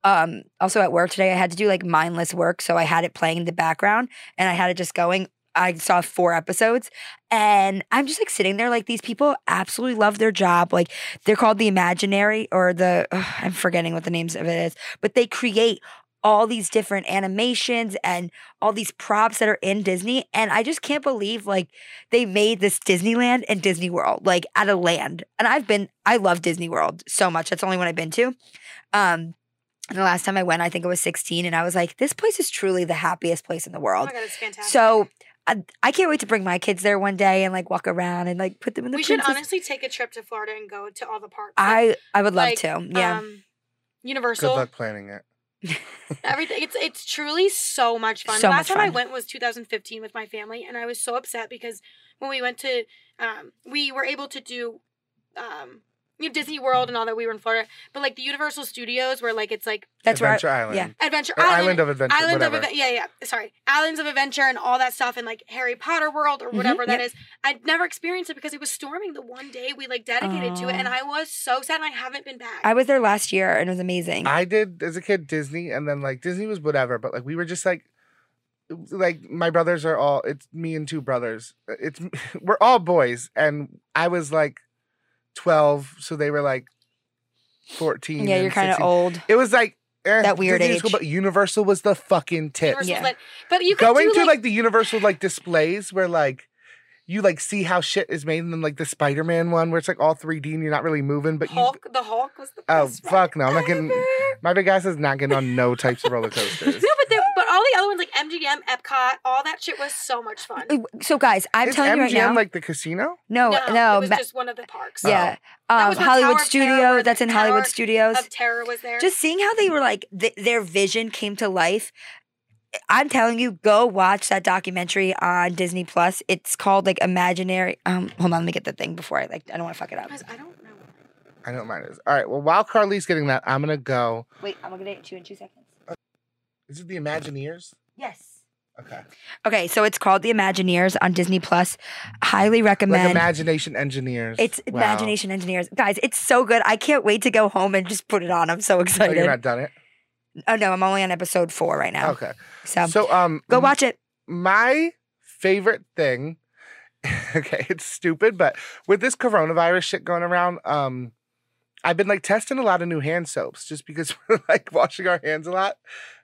Speaker 3: um, also at work today, I had to do like mindless work. So I had it playing in the background and I had it just going. I saw four episodes and I'm just like sitting there like these people absolutely love their job. Like they're called the imaginary or the ugh, I'm forgetting what the names of it is, but they create all these different animations and all these props that are in Disney. And I just can't believe like they made this Disneyland and Disney World, like out of land. And I've been, I love Disney World so much. That's the only one I've been to. Um, and the last time I went, I think I was 16, and I was like, this place is truly the happiest place in the
Speaker 2: Oh
Speaker 3: world.
Speaker 2: my god, it's fantastic.
Speaker 3: so I, I can't wait to bring my kids there one day and like walk around and like put them in the
Speaker 2: we should
Speaker 3: princess.
Speaker 2: honestly take a trip to Florida and go to all the parks. like,
Speaker 3: I I would love
Speaker 2: like,
Speaker 3: to. Yeah.
Speaker 2: Um,
Speaker 1: Good
Speaker 2: Universal,
Speaker 1: luck planning it.
Speaker 2: everything. It's it's truly so much fun.
Speaker 3: So
Speaker 2: the
Speaker 3: much
Speaker 2: last time I
Speaker 3: fun.
Speaker 2: went was 2015 with my family, and I was so upset because when we went to, um, we were able to do, um, you know, Disney World and all that. We were in Florida, but like the Universal Studios, where like it's like
Speaker 3: That's right.
Speaker 1: Adventure Island.
Speaker 3: yeah.
Speaker 2: Adventure
Speaker 1: Or
Speaker 2: Island,
Speaker 1: Island of Adventure.
Speaker 2: Island
Speaker 1: whatever.
Speaker 2: of Adventure. Yeah, yeah. Sorry, Islands of Adventure and all that stuff, and like Harry Potter World or
Speaker 1: Mm-hmm,
Speaker 3: Mhm,
Speaker 2: whatever that
Speaker 3: yep.
Speaker 2: is. I'd never experienced it because it was storming the one day we like dedicated to it, and
Speaker 3: Oh.
Speaker 2: I was so sad, and I haven't been back.
Speaker 3: I was there last year and it was amazing.
Speaker 1: I did as a kid Disney, and then like Disney was whatever, but like we were just like, like my brothers are all it's me and two brothers. uh, It's we're all boys, and I was like twelve, so they were like fourteen.
Speaker 3: yeah,
Speaker 1: and
Speaker 3: you're kind of
Speaker 1: 16.
Speaker 3: old.
Speaker 1: It was like eh,
Speaker 3: That weird
Speaker 1: Disney was
Speaker 3: age.
Speaker 1: but Universal was the fucking tip.
Speaker 2: Universal's
Speaker 3: Yeah.
Speaker 2: lit. But you could
Speaker 1: Going
Speaker 2: do,
Speaker 1: to
Speaker 2: like,
Speaker 1: like the Universal like displays where like. You like see how shit is made, and then like the Spider Man one where it's like all 3D and you're not really moving, but you
Speaker 2: Hulk. The Hulk was the
Speaker 1: Oh,
Speaker 2: best ride
Speaker 1: fuck no, I'm not getting-
Speaker 2: ever.
Speaker 1: My big ass is not getting on no types of roller
Speaker 2: No,
Speaker 1: coasters.
Speaker 2: but the, but all the other ones like MGM, Epcot, all that shit was so much fun.
Speaker 3: Uh, So guys, I'm
Speaker 1: is
Speaker 3: telling
Speaker 1: MGM
Speaker 3: you right now.
Speaker 1: like the casino?
Speaker 3: no, no,
Speaker 2: it was
Speaker 3: ma-
Speaker 2: just one of the parks.
Speaker 3: yeah.
Speaker 2: That
Speaker 3: Um,
Speaker 2: was when Tower of Terror
Speaker 3: Hollywood
Speaker 2: were
Speaker 3: Studios. That's
Speaker 2: the
Speaker 3: in Hollywood
Speaker 2: Tower
Speaker 3: Studios.
Speaker 2: of Terror was there.
Speaker 3: Just seeing how they were like th- their vision came to life. I'm telling you, go watch that documentary on Disney Plus. It's called like Imaginary. Um, hold on, let me get the thing before I like. I don't want to fuck it up.
Speaker 2: Guys, I don't know.
Speaker 1: I know what mine is. All right. Well, while Carly's getting that, I'm gonna go.
Speaker 3: Wait, I'm gonna get it to you in two seconds.
Speaker 1: Is it the Imagineers?
Speaker 3: Yes.
Speaker 1: Okay.
Speaker 3: Okay, so it's called The Imagineers on Disney Plus. Highly recommend.
Speaker 1: Like Imagination Engineers.
Speaker 3: it's
Speaker 1: Wow.
Speaker 3: Imagination Engineers, guys. It's so good. I can't wait to go home and just put it on. I'm so
Speaker 1: Oh,
Speaker 3: excited.
Speaker 1: you're not done it.
Speaker 3: oh no, I'm only on episode four right now.
Speaker 1: Okay.
Speaker 3: So,
Speaker 1: So um,
Speaker 3: go watch it.
Speaker 1: my favorite thing okay it's stupid but with this coronavirus shit going around um i've been like testing a lot of new hand soaps just because we're like washing our hands a lot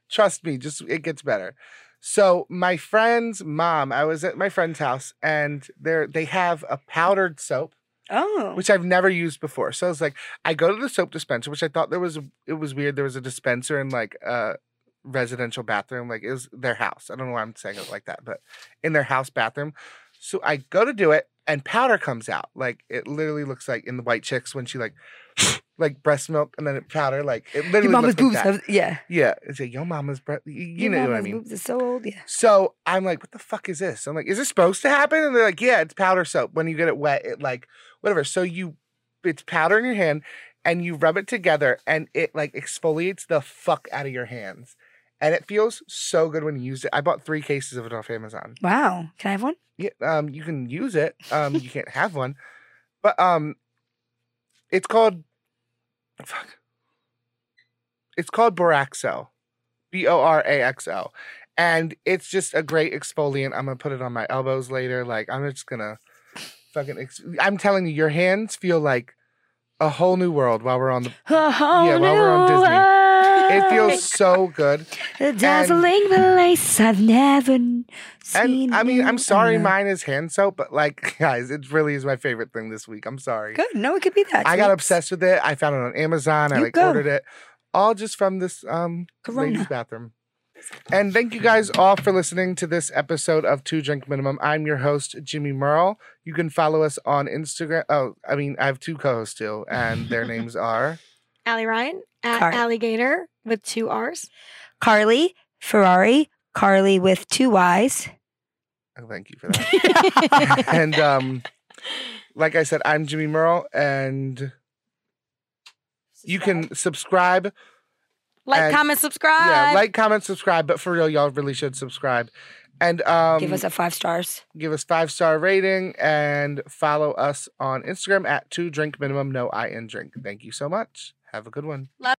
Speaker 1: trust me just it gets better so my friend's mom i was at my friend's house and they're they have a powdered soap
Speaker 3: Oh,
Speaker 1: which I've never used before. So I was like, I go to the soap dispenser, which I thought there was a, it was weird. There was a dispenser in like a residential bathroom, like it was their house. I don't know why I'm saying it like that, but in their house bathroom. So I go to do it, and powder comes out. Like it literally looks like in the white chicks when she like like breast milk and then it powder. Like it literally
Speaker 3: your mama's
Speaker 1: looks like
Speaker 3: boobs.
Speaker 1: that.
Speaker 3: have- yeah,
Speaker 1: Yeah, it's like your mama's breast. You, you
Speaker 3: Your
Speaker 1: know what I
Speaker 3: mama's
Speaker 1: mean.
Speaker 3: Boobs is so old. Yeah.
Speaker 1: So I'm like, what the fuck is this? I'm like, is this supposed to happen? And they're like, yeah, it's powder soap. When you get it wet, it like whatever. So you, it's powder in your hand, and you rub it together, and it like exfoliates the fuck out of your hands, and it feels so good when you use it. I bought three cases of it off Amazon.
Speaker 3: Wow. Can I have one?
Speaker 1: Yeah, um, you can use it. Um, you can't have one, but um, it's called, fuck, it's called Boraxo, B O R A X O, and it's just a great exfoliant. I'm gonna put it on my elbows later. Like I'm just gonna fucking. Ex- I'm telling you, your hands feel like a whole new world while we're on the.
Speaker 3: yeah,
Speaker 1: while we're
Speaker 3: Oh,
Speaker 1: on Disney. It feels so good.
Speaker 3: a dazzling place I've never n- seen.
Speaker 1: And I mean, I'm
Speaker 3: in
Speaker 1: sorry,
Speaker 3: a-
Speaker 1: mine is hand soap, but like, guys, it really is my favorite thing this week. I'm sorry.
Speaker 3: Good. No, it could be that.
Speaker 1: I got
Speaker 3: Oops.
Speaker 1: obsessed with it. I found it on Amazon. I
Speaker 3: You
Speaker 1: like
Speaker 3: go.
Speaker 1: ordered it, all just from this um ladies'
Speaker 3: Corona.
Speaker 1: bathroom. And thank you guys all for listening to this episode of Two Drink Minimum. I'm your host Jimmy Merle. You can follow us on Instagram. Oh, I mean, I have two co-hosts too, and their names are.
Speaker 2: Allie Ryan at
Speaker 3: Car-
Speaker 2: Alligator with two R's.
Speaker 3: Carly Ferrari. Carly with two Y's.
Speaker 1: Oh, thank you for that. and um, like I said, I'm Jimmy Merle, and you can subscribe
Speaker 2: Like,
Speaker 1: And-
Speaker 2: comment, subscribe.
Speaker 1: yeah, like, comment, subscribe. But for real, y'all really should subscribe. And um,
Speaker 3: give us a five stars.
Speaker 1: give us five star rating and follow us on Instagram at two drink minimum no I in drink. Thank you so much. Have a good one.